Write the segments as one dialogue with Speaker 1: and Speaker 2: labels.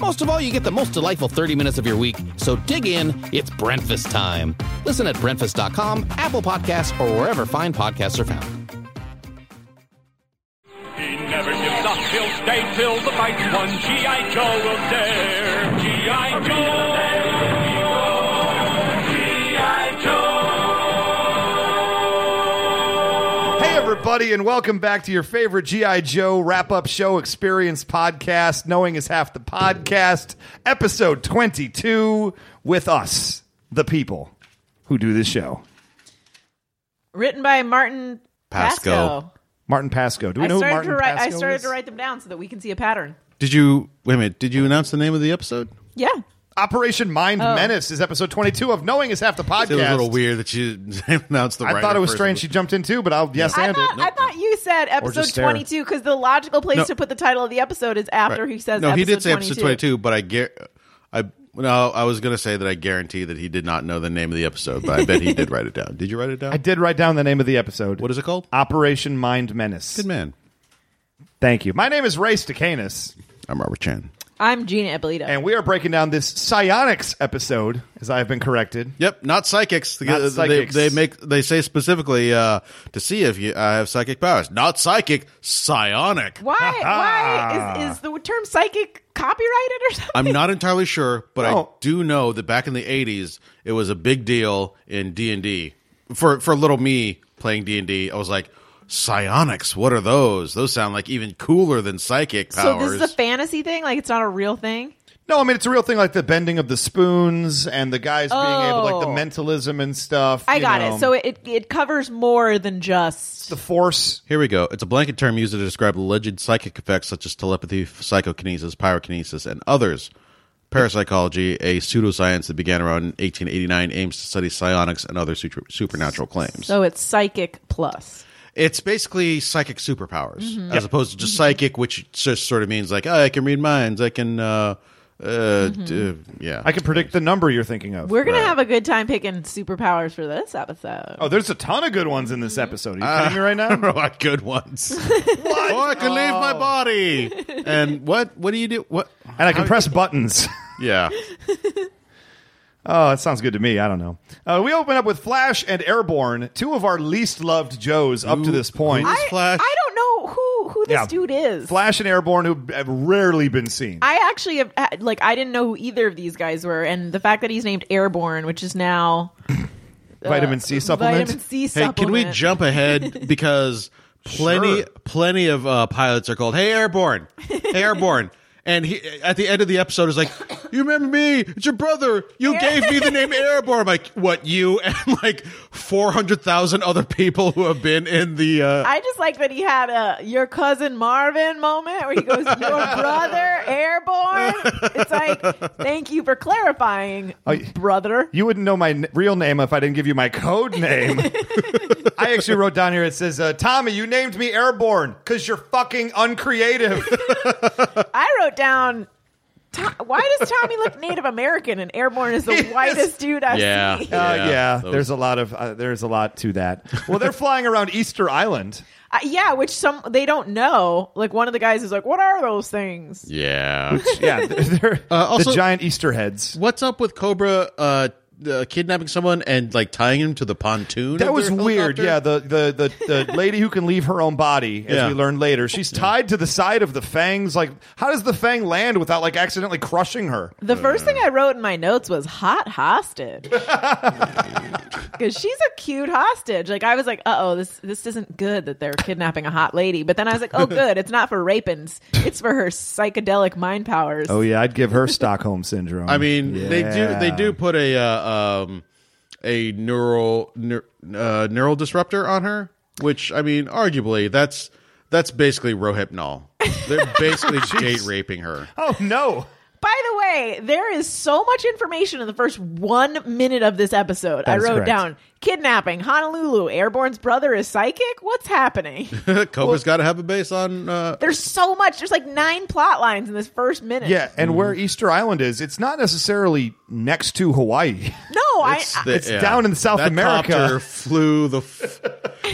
Speaker 1: Most of all, you get the most delightful 30 minutes of your week. So dig in, it's breakfast time. Listen at breakfast.com, Apple Podcasts, or wherever fine podcasts are found.
Speaker 2: He never gives up. He'll stay till the fight's won. G.I. Joe will dare. G.I. Joe. G.I. Joe.
Speaker 3: Hey, everybody, and welcome back to your favorite G.I. Joe wrap up show experience podcast, Knowing is Half the Podcast, episode 22, with us, the people who do this show.
Speaker 4: Written by Martin
Speaker 5: Pasco.
Speaker 4: Pasco.
Speaker 3: Martin Pasco. Do we
Speaker 4: I
Speaker 3: know who
Speaker 4: started
Speaker 3: Martin
Speaker 4: to write.
Speaker 3: Pasco
Speaker 4: I started
Speaker 3: is?
Speaker 4: to write them down so that we can see a pattern.
Speaker 5: Did you wait a minute? Did you announce the name of the episode?
Speaker 4: Yeah.
Speaker 3: Operation Mind
Speaker 4: Oh.
Speaker 3: Menace is episode 22 of Knowing is Half the Podcast.
Speaker 5: It was a little weird that you announced the.
Speaker 3: I
Speaker 5: writer
Speaker 3: thought it was
Speaker 5: first.
Speaker 3: strange she jumped in too, but I'll yes
Speaker 4: I
Speaker 3: and it.
Speaker 4: thought, I thought you said episode
Speaker 3: just stare.
Speaker 4: 22 because the logical place
Speaker 5: No.
Speaker 4: to put the title of the episode is after
Speaker 5: Right.
Speaker 4: he says
Speaker 5: no.
Speaker 4: episode
Speaker 5: He did say
Speaker 4: 22.
Speaker 5: episode twenty-two, but I get. I no. I was going to say that I guarantee that he did not know the name of the episode, but I bet he did write it down. Did you write it down?
Speaker 3: I did write down the name of the episode.
Speaker 5: What is it called?
Speaker 3: Operation Mind Menace.
Speaker 5: Good man.
Speaker 3: Thank you. My name is Ray Stacanus.
Speaker 5: I'm Robert Chan.
Speaker 4: I'm Gina Ippolito.
Speaker 3: And we are breaking down this psionics episode, as I have been corrected.
Speaker 5: Yep, not psychics.
Speaker 3: Not
Speaker 5: They-
Speaker 3: psychics.
Speaker 5: They, make they say specifically uh, to see if you I have psychic powers. Not psychic, psionic.
Speaker 4: why? why is, is the term psychic copyrighted or something?
Speaker 5: I'm not entirely sure, but
Speaker 3: Oh.
Speaker 5: I do know that back in the 80s, it was a big deal in D and D. For for little me playing D and D, I was like, psionics. What are those? Those sound like even cooler than psychic
Speaker 4: so
Speaker 5: powers.
Speaker 4: this is a fantasy thing. Like it's not a real thing.
Speaker 3: No, I mean it's a real thing, like the bending of the spoons and the guys being able, like the
Speaker 4: Oh.
Speaker 3: mentalism and stuff.
Speaker 4: I
Speaker 3: you
Speaker 4: got
Speaker 3: know.
Speaker 4: it. So it it covers more than just
Speaker 3: the force.
Speaker 5: Here we go. It's a blanket term used to describe alleged psychic effects such as telepathy, psychokinesis, pyrokinesis, and others. Parapsychology, a pseudoscience that began around 1889, aims to study psionics and other sutra- supernatural claims.
Speaker 4: so it's psychic plus.
Speaker 5: it's basically psychic superpowers as opposed to just psychic, which just sort of means like, oh, I can read minds. I can, uh, uh, d- yeah.
Speaker 3: I can predict the number you're thinking of.
Speaker 4: We're gonna have a good time picking superpowers for this episode.
Speaker 3: oh, there's a ton of good ones in this
Speaker 4: Mm-hmm.
Speaker 3: episode. Are you kidding me right now?
Speaker 5: what good ones? Oh, I can leave my body. And what? What do you do? What?
Speaker 3: And I can press buttons.
Speaker 5: Yeah.
Speaker 3: Oh, that sounds good to me. I don't know. Uh, we open up with Flash and Airborne, two of our least loved Joes up to
Speaker 5: Who-
Speaker 3: this point.
Speaker 5: who is
Speaker 4: I,
Speaker 5: Flash.
Speaker 4: I don't know who who this
Speaker 3: Yeah.
Speaker 4: dude is.
Speaker 3: Flash and Airborne, who have rarely been seen.
Speaker 4: I actually have had- like I didn't know who either of these guys were, and the fact that he's named Airborne, which is now
Speaker 3: vitamin C supplement.
Speaker 4: uh, vitamin C
Speaker 5: Hey,
Speaker 4: supplement.
Speaker 5: can we jump ahead because plenty,
Speaker 3: Sure.
Speaker 5: plenty of uh, pilots are called "Hey Airborne, Hey Airborne," and he at the end of the episode is like, "You remember me? It's your brother. You gave me the name Airborne." I'm like, what? You and like four hundred thousand other people who have been in the. Uh,
Speaker 4: I just like that he had a your cousin Marvin moment where he goes, "Your brother Airborne." It's like, thank you for clarifying,
Speaker 3: y-
Speaker 4: brother.
Speaker 3: You wouldn't know my n- real name if I didn't give you my code name. I actually wrote down here it says, uh, Tommy, you named me Airborne because you're fucking uncreative.
Speaker 4: I wrote down. "To- Why does Tommy look Native American and Airborne is the whitest dude I've
Speaker 5: Yeah.
Speaker 4: seen?
Speaker 3: Uh, yeah,
Speaker 5: those-
Speaker 3: there's a lot of uh, there's a lot to that. Well, they're flying around Easter Island.
Speaker 4: Uh, yeah, which some they don't know. Like one of the guys is like, "What are those things?"
Speaker 5: yeah.
Speaker 3: Yeah, they're, they're
Speaker 5: also-
Speaker 3: the giant Easter heads.
Speaker 5: What's up with Cobra uh, uh, kidnapping someone and like tying him to the pontoon.
Speaker 3: That
Speaker 5: of
Speaker 3: was
Speaker 5: their
Speaker 3: weird.
Speaker 5: helicopter?
Speaker 3: Yeah, the the the, the lady who can leave her own body, as
Speaker 5: Yeah.
Speaker 3: we learned later, she's tied to the side of the fangs. Like, how does the fang land without like accidentally crushing her?
Speaker 4: The first thing I wrote in my notes was hot hostage. Because she's a cute hostage. Like I was like, uh oh, this this isn't good that they're kidnapping a hot lady. But then I was like, oh good, it's not for rapings. It's for her psychedelic mind powers.
Speaker 3: Oh, yeah, I'd give her Stockholm syndrome.
Speaker 5: I mean, they do they do put a uh, um, a neural neur, uh, neural disruptor on her, which I mean, arguably that's that's basically Rohypnol. They're basically date raping her.
Speaker 3: Oh no.
Speaker 4: By the way, there is so much information in the first one minute of this episode. I
Speaker 3: is
Speaker 4: wrote
Speaker 3: correct.
Speaker 4: down kidnapping, Honolulu, Airborne's brother is psychic. What's happening?
Speaker 5: Cobra's got to have a base on. Uh,
Speaker 4: There's so much. There's like nine plot lines in this first minute.
Speaker 3: Yeah, and where
Speaker 5: Mm-hmm.
Speaker 3: Easter Island is, it's not necessarily next to Hawaii.
Speaker 4: No, I, I
Speaker 5: the-
Speaker 3: It's down in South
Speaker 5: That
Speaker 3: America.
Speaker 5: copter flew the. F-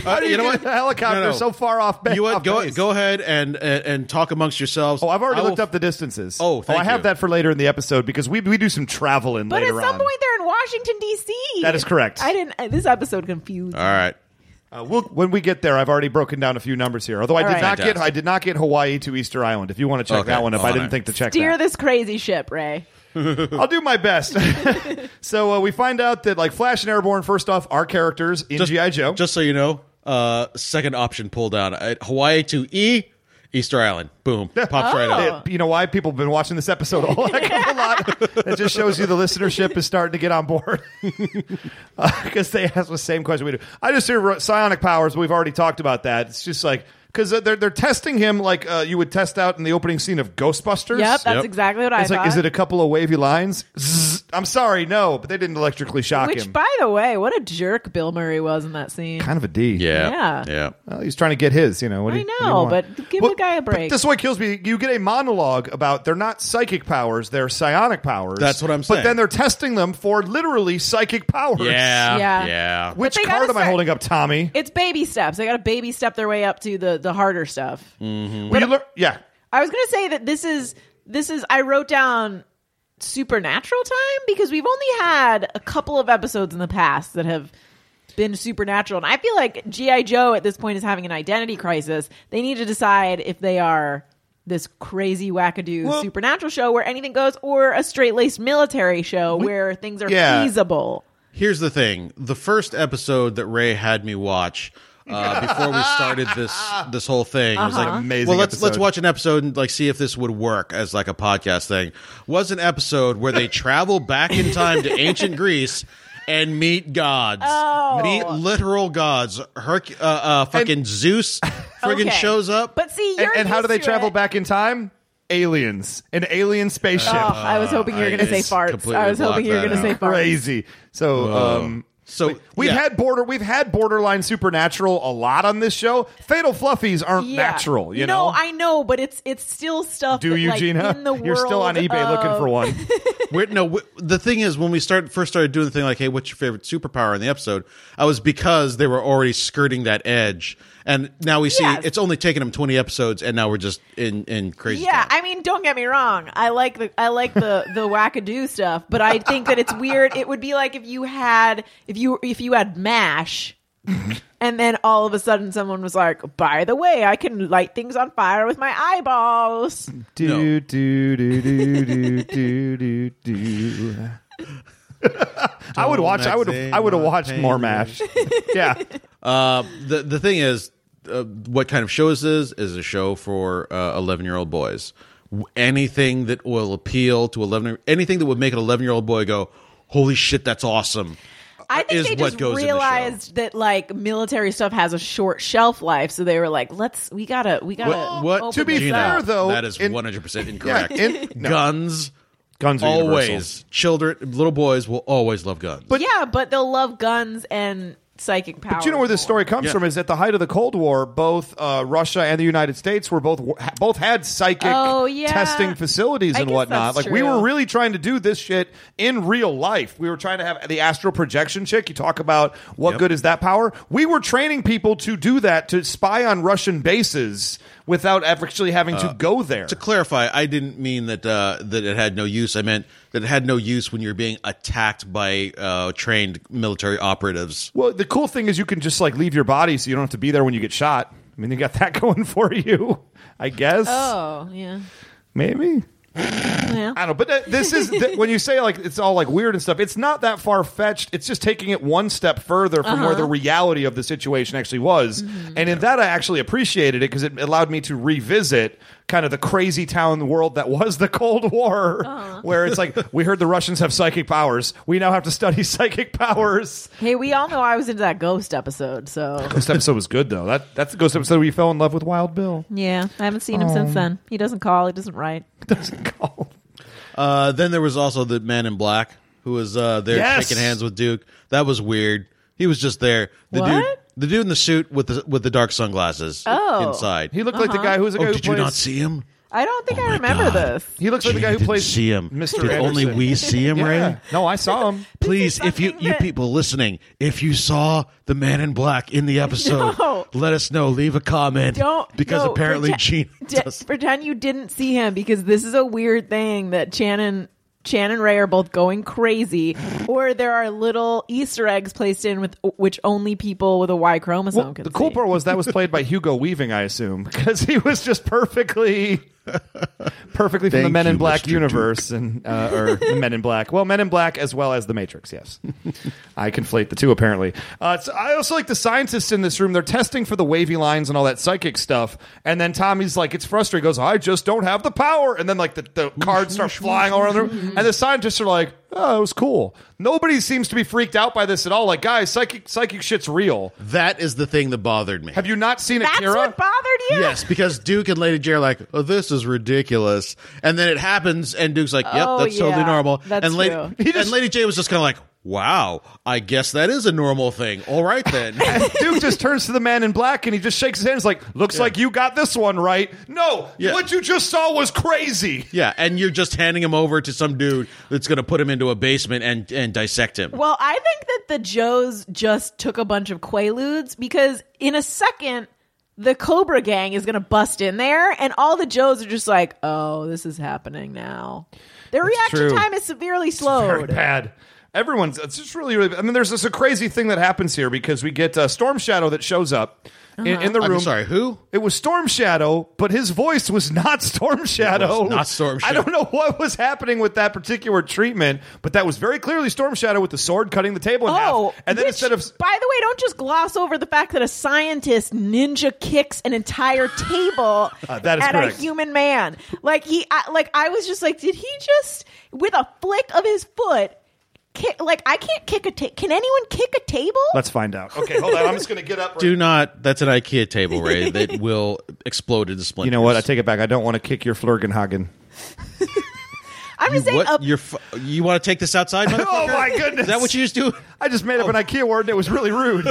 Speaker 5: Uh, you know what?
Speaker 3: The helicopter
Speaker 5: No, no.
Speaker 3: so far off. ba-
Speaker 5: You
Speaker 3: off
Speaker 5: what? Go
Speaker 3: base.
Speaker 5: go ahead and and, and talk amongst yourselves.
Speaker 3: Oh, I've already
Speaker 5: I will
Speaker 3: looked up the distances.
Speaker 5: Oh, thank
Speaker 3: I have
Speaker 5: you.
Speaker 3: that for later in the episode because we we do some traveling
Speaker 4: But at
Speaker 3: later
Speaker 4: some
Speaker 3: on.
Speaker 4: point, they're in Washington D.C.
Speaker 3: That is correct.
Speaker 4: I didn't. I, this episode confused.
Speaker 5: All right.
Speaker 3: Uh, we'll, when we get there, I've already broken down a few numbers here. Although I
Speaker 4: All
Speaker 3: did
Speaker 4: right.
Speaker 3: not get
Speaker 5: Fantastic.
Speaker 3: I did not get Hawaii to Easter Island. If you want to check
Speaker 5: Okay.
Speaker 3: that one up, I
Speaker 5: All
Speaker 3: didn't
Speaker 5: right.
Speaker 3: think to check
Speaker 4: Steer
Speaker 3: that.
Speaker 4: this crazy ship, Ray.
Speaker 3: I'll do my best. so uh, we find out that like Flash and Airborne, first off, are characters in
Speaker 5: Just-
Speaker 3: GI Joe.
Speaker 5: Just so you know, uh, second option pull down Uh, Hawaii to E, Easter Island. Boom, pops right
Speaker 4: Oh.
Speaker 5: up.
Speaker 3: It- you know why people have been watching this episode a whole heck of a lot. That just shows you the listenership is starting to get on board because they ask the same question we do. I just hear ro- psionic powers. But we've already talked about that. It's just like because they're they're testing him like uh, you would test out in the opening scene of Ghostbusters.
Speaker 4: Yep, that's
Speaker 5: Yep.
Speaker 4: exactly what
Speaker 3: It's
Speaker 4: I
Speaker 3: like,
Speaker 4: thought.
Speaker 3: is it a couple of wavy lines? Zzz, I'm sorry, no, but they didn't electrically shock
Speaker 4: Which,
Speaker 3: him.
Speaker 4: by the way, what a jerk Bill Murray was in that scene.
Speaker 3: kind of a D.
Speaker 5: Yeah,
Speaker 4: Yeah.
Speaker 5: yeah.
Speaker 3: Well, he's trying to get his, you know. What
Speaker 4: I
Speaker 3: do you- what do
Speaker 4: know,
Speaker 3: you want?
Speaker 4: but give the guy a
Speaker 3: but
Speaker 4: break.
Speaker 3: This is what kills me. You get a monologue about they're not psychic powers, they're psionic powers.
Speaker 5: That's what I'm
Speaker 3: But
Speaker 5: saying.
Speaker 3: then they're testing them for literally psychic powers.
Speaker 5: Yeah,
Speaker 4: Yeah.
Speaker 5: yeah.
Speaker 3: Which
Speaker 4: they
Speaker 3: card
Speaker 4: gotta
Speaker 3: am I
Speaker 4: say-
Speaker 3: holding up, Tommy?
Speaker 4: It's baby steps. They got to baby step their way up to the the harder stuff.
Speaker 3: Will you lear- yeah.
Speaker 4: I was gonna say that this is this is I wrote down supernatural time because we've only had a couple of episodes in the past that have been supernatural, and I feel like GI Joe at this point is having an identity crisis. They need to decide if they are this crazy wackadoo
Speaker 3: Well-
Speaker 4: supernatural show where anything goes, or a straight laced military show where things are
Speaker 3: yeah.
Speaker 4: feasible.
Speaker 5: Here's the thing: the first episode that Ray had me watch uh, before we started this this whole thing was
Speaker 4: Uh-huh.
Speaker 5: like,
Speaker 3: Amazing
Speaker 5: well, let's
Speaker 3: episode.
Speaker 5: let's watch an episode and like see if this would work as like a podcast thing. Was an episode where they travel back in time to ancient Greece. And meet gods,
Speaker 4: Oh.
Speaker 5: meet literal gods. Herc, uh, uh, fucking Zeus, friggin'
Speaker 4: Okay.
Speaker 5: shows up.
Speaker 4: But see,
Speaker 3: And,
Speaker 4: you're
Speaker 3: and how do
Speaker 4: used
Speaker 3: they
Speaker 4: to
Speaker 3: travel
Speaker 4: it.
Speaker 3: back in time? Aliens. An alien spaceship.
Speaker 4: Oh, I was hoping you were
Speaker 5: I
Speaker 4: going to say
Speaker 5: just
Speaker 4: farts.
Speaker 5: completely
Speaker 4: I was hoping you were
Speaker 5: blocked
Speaker 4: going to
Speaker 5: that
Speaker 4: say
Speaker 5: out.
Speaker 4: farts.
Speaker 3: Crazy. So um
Speaker 5: So
Speaker 3: We've
Speaker 5: yeah.
Speaker 3: had border, we've had borderline supernatural a lot on this show. Fatal fluffies aren't
Speaker 4: Yeah.
Speaker 3: natural, you
Speaker 4: no,
Speaker 3: know.
Speaker 4: I know, but it's it's still stuff.
Speaker 3: Do
Speaker 4: that,
Speaker 3: you,
Speaker 4: like,
Speaker 3: Gina?
Speaker 4: In the world
Speaker 3: You're still on eBay looking
Speaker 4: of-
Speaker 3: for one.
Speaker 5: We're, no, we, the thing is, when we start first started doing the thing like, "Hey, what's your favorite superpower?" in the episode, I was because they were already skirting that edge, and now we see
Speaker 4: Yes.
Speaker 5: it's only taken them twenty episodes, and now we're just in in crazy.
Speaker 4: Yeah,
Speaker 5: town.
Speaker 4: I mean, don't get me wrong. I like the I like the the wackadoo stuff, but I think that it's weird. It would be like if you had if you if you had Mash, and then all of a sudden someone was like, "By the way, I can light things on fire with my eyeballs."
Speaker 3: Do
Speaker 5: No.
Speaker 3: do do do do do do do. I would watch. I would. I would have watched more Mash. yeah,
Speaker 5: Uh, the the thing is, uh, what kind of show this is is a show for eleven year old boys. W- Anything that will appeal to eleven, anything that would make an eleven year old boy go, "Holy shit, that's awesome!" uh,
Speaker 4: I think
Speaker 5: is
Speaker 4: they
Speaker 5: what
Speaker 4: just
Speaker 5: goes in the show.
Speaker 4: realized that like military stuff has a short shelf life, so they were like, "Let's we gotta we gotta
Speaker 5: What? what
Speaker 4: open
Speaker 3: To be
Speaker 4: this
Speaker 5: Gina,
Speaker 4: up.
Speaker 3: fair, though,
Speaker 5: that is
Speaker 3: in-
Speaker 5: one hundred percent incorrect.
Speaker 3: in- no.
Speaker 5: Guns,
Speaker 3: guns are
Speaker 5: always
Speaker 3: universal.
Speaker 5: children, little boys will always love guns. But
Speaker 4: yeah, but they'll love guns and psychic powers.
Speaker 3: Do you know where this story comes
Speaker 5: Yeah.
Speaker 3: from? Is at the height of the Cold War, both uh, Russia and the United States were both both had psychic
Speaker 4: Oh, yeah.
Speaker 3: testing facilities
Speaker 4: I
Speaker 3: and
Speaker 4: guess
Speaker 3: whatnot.
Speaker 4: that's
Speaker 3: like we were
Speaker 4: true.
Speaker 3: really trying to do this shit in real life. We were trying to have the astral projection chick. You talk about what
Speaker 5: Yep.
Speaker 3: good is that power? We were training people to do that to spy on Russian bases without actually having
Speaker 5: Uh,
Speaker 3: to go there.
Speaker 5: to clarify, I didn't mean that uh, that it had no use. I meant that it had no use when you're being attacked by uh, trained military operatives.
Speaker 3: Well, the cool thing is you can just like leave your body, so you don't have to be there when you get shot. I mean, you got that going for you, I guess.
Speaker 4: Oh, yeah.
Speaker 3: Maybe.
Speaker 4: Yeah.
Speaker 3: I don't know, but uh, this is th- when you say like it's all like weird and stuff. It's not that far fetched. It's just taking it one step further from where the reality of the situation actually was. And in that, I actually appreciated it because it allowed me to revisit kind of the crazy town world that was the Cold War, where it's like we heard the Russians have psychic powers. We now have to study psychic powers.
Speaker 4: Hey, we all know I was into that ghost episode, so
Speaker 3: Ghost episode was good though. That that's the ghost episode where you fell in love with Wild Bill.
Speaker 4: yeah, I haven't seen him
Speaker 3: Um,
Speaker 4: since then. He doesn't call, he doesn't write.
Speaker 3: Doesn't call.
Speaker 5: Uh, then there was also the Man in Black who was uh, there
Speaker 3: Yes.
Speaker 5: shaking hands with Duke. That was weird. He was just there. The dude,
Speaker 4: What?
Speaker 5: the dude in the suit with the with the dark sunglasses
Speaker 4: Oh.
Speaker 5: inside.
Speaker 3: He looked like the guy who was the guy
Speaker 5: oh,
Speaker 3: who
Speaker 5: did
Speaker 3: plays,
Speaker 5: you not see him?
Speaker 4: I don't think
Speaker 5: Oh
Speaker 4: I
Speaker 5: my
Speaker 4: remember
Speaker 5: God.
Speaker 4: this.
Speaker 3: He looks like the
Speaker 5: Gee,
Speaker 3: guy
Speaker 5: you
Speaker 3: who
Speaker 5: didn't
Speaker 3: plays
Speaker 5: see him.
Speaker 3: Mr.
Speaker 5: Did only
Speaker 3: Anderson.
Speaker 5: we see him,
Speaker 3: Yeah.
Speaker 5: Ray?
Speaker 3: No, I saw him.
Speaker 5: Please, if you
Speaker 4: something
Speaker 5: you
Speaker 4: that-
Speaker 5: people listening, if you saw the Man in Black in the episode,
Speaker 4: No.
Speaker 5: let us know. Leave a comment
Speaker 4: Don't
Speaker 5: because
Speaker 4: no,
Speaker 5: apparently
Speaker 4: pretend,
Speaker 5: Gene
Speaker 4: de-
Speaker 5: does.
Speaker 4: pretend you didn't see him because this is a weird thing that Chan and Chan and Ray are both going crazy, or there are little Easter eggs placed in with which only people with a Y chromosome
Speaker 3: Well,
Speaker 4: can
Speaker 3: the cool
Speaker 4: see.
Speaker 3: part was that was played by Hugo Weaving, I assume, because he was just perfectly, perfectly from the
Speaker 6: Thank
Speaker 3: Men in
Speaker 6: you,
Speaker 3: Black
Speaker 6: Mr.
Speaker 3: universe and uh, or the Men in Black. Well, Men in Black as well as the Matrix. Yes, I conflate the two apparently. Uh, so I also like the scientists in this room. They're testing for the wavy lines and all that psychic stuff. And then Tommy's like, it's frustrating. He goes, I just don't have the power. And then like the, the cards start flying all around the room, and the scientists are like. Oh, it was cool. Nobody seems to be freaked out by this at all. Like, guys, psychic psychic shit's real.
Speaker 5: That is the thing that bothered me.
Speaker 3: Have you not seen
Speaker 4: That's
Speaker 3: Akira?
Speaker 4: what bothered you.
Speaker 5: Yes, because Duke and Lady J are like, "Oh, this is ridiculous," and then it happens, and Duke's like, "Yep,
Speaker 4: Oh,
Speaker 5: that's totally
Speaker 4: yeah.
Speaker 5: normal."
Speaker 4: That's
Speaker 5: and Lady
Speaker 4: true.
Speaker 3: He just-
Speaker 5: and Lady J was just kind of like, "Wow, I guess that is a normal thing." All right then.
Speaker 3: And Duke just turns to the man in black and he just shakes his hands like, looks like you got this one right. No,
Speaker 5: Yeah.
Speaker 3: what you just saw was crazy.
Speaker 5: yeah, and you're just handing him over to some dude that's going to put him into a basement and and dissect him.
Speaker 4: Well, I think that the Joes just took a bunch of Quaaludes because in a second, the Cobra Gang is going to bust in there, and all the Joes are just like, "Oh, this is happening now." Their reaction
Speaker 3: true.
Speaker 4: time is severely
Speaker 3: Very
Speaker 4: slowed.
Speaker 3: bad. Everyone's, it's just really, really, I mean, there's this a crazy thing that happens here because we get uh, Storm Shadow that shows up
Speaker 4: Uh-huh.
Speaker 3: in, in the room.
Speaker 5: I'm sorry, who?
Speaker 3: It was Storm Shadow, but his voice was not Storm Shadow.
Speaker 5: was not Storm
Speaker 3: I
Speaker 5: Shadow.
Speaker 3: don't know what was happening with that particular treatment, but that was very clearly Storm Shadow with the sword cutting the table in
Speaker 4: Oh,
Speaker 3: half. And then
Speaker 4: which,
Speaker 3: instead of
Speaker 4: by the way, don't just gloss over the fact that a scientist ninja kicks an entire table
Speaker 3: Uh, that is
Speaker 4: at
Speaker 3: correct.
Speaker 4: a human man. Like he, I, like I was just like, did he just with a flick of his foot? Kick, like I can't kick a ta- can anyone kick a table?
Speaker 3: Let's find out. Okay, hold on. I'm just going to get up. Right
Speaker 5: Do not. That's an IKEA table, Ray. That will explode into splinters.
Speaker 3: You know what? I take it back. I don't want to kick your Flurgenhagen.
Speaker 4: I'm just saying,
Speaker 5: What?
Speaker 4: a,
Speaker 5: You're fu- you want to take this outside?
Speaker 3: Oh
Speaker 5: motherfucker?
Speaker 3: my goodness!
Speaker 5: Is that what you just do?
Speaker 3: I just made up an IKEA word. and It was really rude.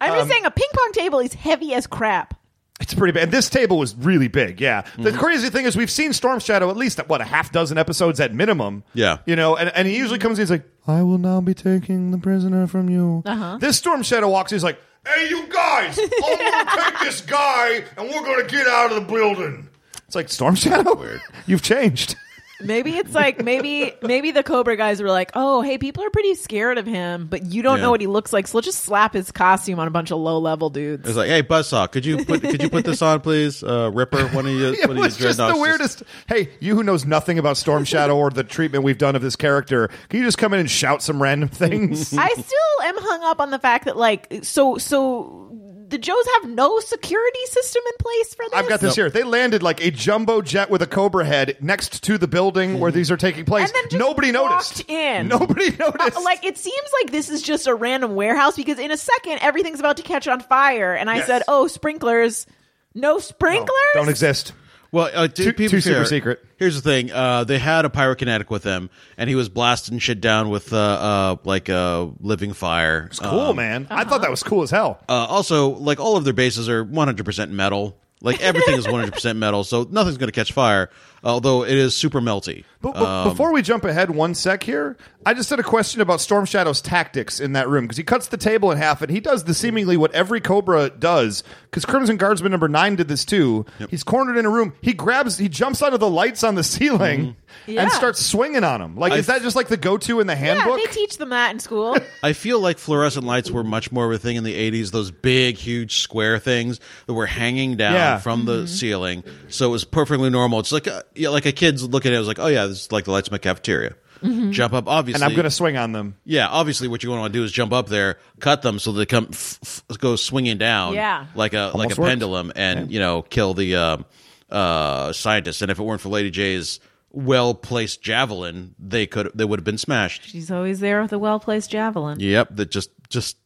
Speaker 4: I'm
Speaker 3: um,
Speaker 4: just saying a ping pong table is heavy as crap.
Speaker 3: it's pretty bad. And this table was really big. Yeah. The crazy thing is, we've seen Storm Shadow at least what a half dozen episodes at minimum.
Speaker 5: Yeah.
Speaker 3: You know, and, and he usually comes. in, He's like, "I will now be taking the prisoner from you." Uh-huh. This Storm Shadow walks. He's like, "Hey, you guys! I'm gonna take this guy, and we're gonna get out of the building." It's like Storm Shadow. You've changed.
Speaker 4: Maybe it's like maybe maybe the Cobra guys were like, oh hey, people are pretty scared of him, but you don't
Speaker 5: Yeah.
Speaker 4: know what he looks like, so let's just slap his costume on a bunch of low level dudes.
Speaker 5: It's like, hey, Buzzsaw, could you put could you put this on, please? Uh, Ripper, one of you,
Speaker 3: It
Speaker 5: one of you
Speaker 3: was just the
Speaker 5: dreadnoughts
Speaker 3: weirdest. Hey, you who knows nothing about Storm Shadow or the treatment we've done of this character, can you just come in and shout some random things?
Speaker 4: I still am hung up on the fact that like so so the Joes have no security system in place for this.
Speaker 3: I've got this here. They landed like a jumbo jet with a cobra head next to the building where these are taking place.
Speaker 4: And then just
Speaker 3: Nobody
Speaker 4: walked
Speaker 3: noticed.
Speaker 4: in.
Speaker 3: Nobody
Speaker 4: Uh,
Speaker 3: noticed.
Speaker 4: like it seems like this is just a random warehouse because in a second everything's about to catch on fire, and I
Speaker 3: Yes.
Speaker 4: said, "Oh, sprinklers, no
Speaker 3: No,
Speaker 4: sprinklers."
Speaker 3: don't exist.
Speaker 5: Well, uh,
Speaker 3: Too-
Speaker 5: two, people
Speaker 3: too super secret.
Speaker 5: Here's the thing: uh, they had a pyrokinetic with them, and he was blasting shit down with uh, uh, like uh, living fire. It's
Speaker 3: Cool,
Speaker 4: Um,
Speaker 3: man. I
Speaker 4: uh-huh.
Speaker 3: thought that was cool as hell.
Speaker 5: Uh, also, like all of their bases are 100 percent metal. Like everything is 100 percent metal, so nothing's going to catch fire. although it is super melty. Uh,
Speaker 3: But, but before we jump ahead one sec here, I just had a question about Storm Shadow's tactics in that room because he cuts the table in half and he does the seemingly what every Cobra does because Crimson Guardsman number nine did this too. He's cornered in a room. He grabs, he jumps onto the lights on the ceiling
Speaker 4: Yeah.
Speaker 3: and starts swinging on him. Like,
Speaker 5: I-
Speaker 3: is that just like the go-to in the
Speaker 4: Yeah,
Speaker 3: handbook?
Speaker 4: they teach them that in school.
Speaker 5: I feel like fluorescent lights were much more of a thing in the 80s, those big, huge square things that were hanging down
Speaker 3: Yeah.
Speaker 5: from the ceiling. So it was perfectly normal. It's like a, yeah, like a kid's looking at it, it was like, oh, yeah, this is like the lights in my cafeteria. Jump up, obviously.
Speaker 3: Mm-hmm. and I'm going to swing on them.
Speaker 5: Yeah, obviously, what you want to do is jump up there, cut them so they come f- f- go swinging down,
Speaker 4: Yeah.
Speaker 5: like a like a
Speaker 3: works.
Speaker 5: pendulum, and you know kill the um, uh, scientist. And if it weren't for Lady J's well placed javelin, they could they would have been smashed.
Speaker 4: She's always there with a well placed javelin.
Speaker 5: Yep, that just just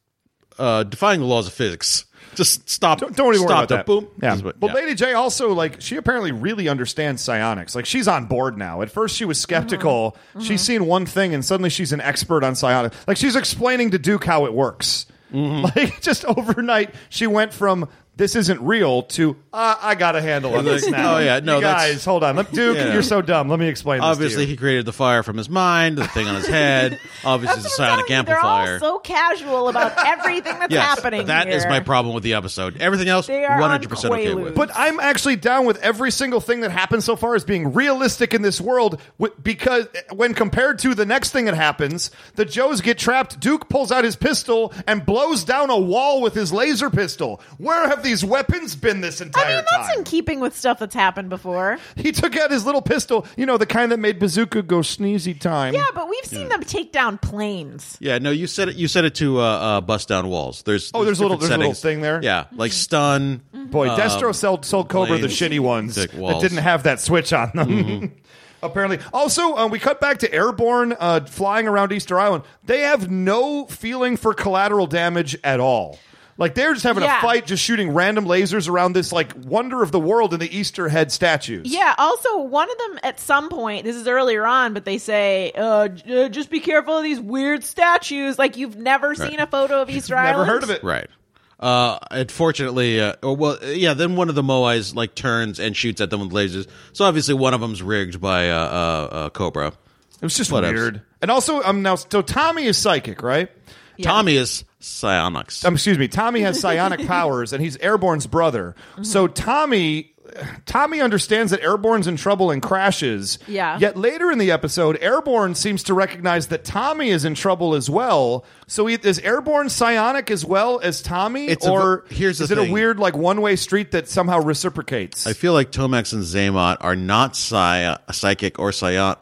Speaker 5: uh, defying the laws of physics. Just stop.
Speaker 3: Don't, don't worry
Speaker 5: stop
Speaker 3: about that.
Speaker 5: Boom.
Speaker 3: Yeah.
Speaker 5: Just-
Speaker 3: Well, Lady J also like she apparently really understands psionics. Like she's on board now. At first she was skeptical. She's seen one thing and suddenly she's an expert on psionics. Like she's explaining to Duke how it works.
Speaker 5: Mm-hmm.
Speaker 3: Like just overnight she went from this isn't real to uh, I got a handle on this
Speaker 5: Like,
Speaker 3: now.
Speaker 5: oh, yeah, no,
Speaker 3: You
Speaker 5: that's-
Speaker 3: guys, hold on. Let- Duke,
Speaker 5: Yeah.
Speaker 3: you're so dumb. Let me explain. this to
Speaker 5: obviously
Speaker 3: you.
Speaker 5: he created the fire from his mind, the thing on his head. obviously, the
Speaker 4: That's what I'm
Speaker 5: psionic
Speaker 4: telling you,
Speaker 5: amplifier.
Speaker 4: They're all so casual about everything that's
Speaker 5: yes,
Speaker 4: happening.
Speaker 5: that is
Speaker 4: here.
Speaker 5: my problem with the episode. Everything else,
Speaker 4: They are on
Speaker 5: one hundred percent okay
Speaker 4: Quaaludes.
Speaker 5: with.
Speaker 3: But I'm actually down with every single thing that happened so far as being realistic in this world wi- because when compared to the next thing that happens, the Joes get trapped. Duke pulls out his pistol and blows down a wall with his laser pistol. Where have these weapons been this entire
Speaker 4: I mean, that's
Speaker 3: time?
Speaker 4: in keeping with stuff that's happened before.
Speaker 3: he took out his little pistol, you know, the kind that made Bazooka go sneezy time.
Speaker 4: Yeah, but we've seen them take down planes.
Speaker 5: Yeah, no, you said it. You said it to uh, uh, bust down walls. There's
Speaker 3: Oh, there's a little-
Speaker 5: different
Speaker 3: there's a little
Speaker 5: settings.
Speaker 3: thing there.
Speaker 5: Yeah, like stun.
Speaker 3: Boy, Destro sold, sold Cobra the
Speaker 5: Um, blades,
Speaker 3: shitty ones
Speaker 5: thick
Speaker 3: that
Speaker 5: walls. Mm-hmm.
Speaker 3: didn't have that switch on them. Apparently, also uh, we cut back to airborne uh, flying around Easter Island. They have no feeling for collateral damage at all. Like they're just having
Speaker 4: Yeah.
Speaker 3: a fight, just shooting random lasers around this like wonder of the world in the Easter head statues.
Speaker 4: Yeah. Also, one of them at some point, this is earlier on, but they say, uh, j- uh, "Just be careful of these weird statues." Like you've never seen a photo of Easter Island.
Speaker 3: never heard of it.
Speaker 5: Right. Uh, unfortunately, uh, or well, uh, yeah. Then one of the moais like turns and shoots at them with lasers. So obviously, one of them's rigged by uh, uh, uh, Cobra.
Speaker 3: It was just
Speaker 5: Whatevs.
Speaker 3: weird. And also, I'm now so Tommy is psychic, right?
Speaker 5: Tommy is psionics.
Speaker 3: um, excuse me, Tommy has psionic powers and he's Airborne's brother. So
Speaker 4: Mm-hmm.
Speaker 3: Tommy Tommy understands that Airborne's in trouble and crashes.
Speaker 4: Yeah.
Speaker 3: Yet later in the episode, Airborne seems to recognize that Tommy is in trouble as well. So he, is Airborne psionic as well as Tommy,
Speaker 5: It's a-
Speaker 3: or
Speaker 5: here's the
Speaker 3: is it
Speaker 5: thing.
Speaker 3: a weird like one way street that somehow reciprocates?
Speaker 5: I feel like Tomax and Zaymot are not psi- psychic or psionic.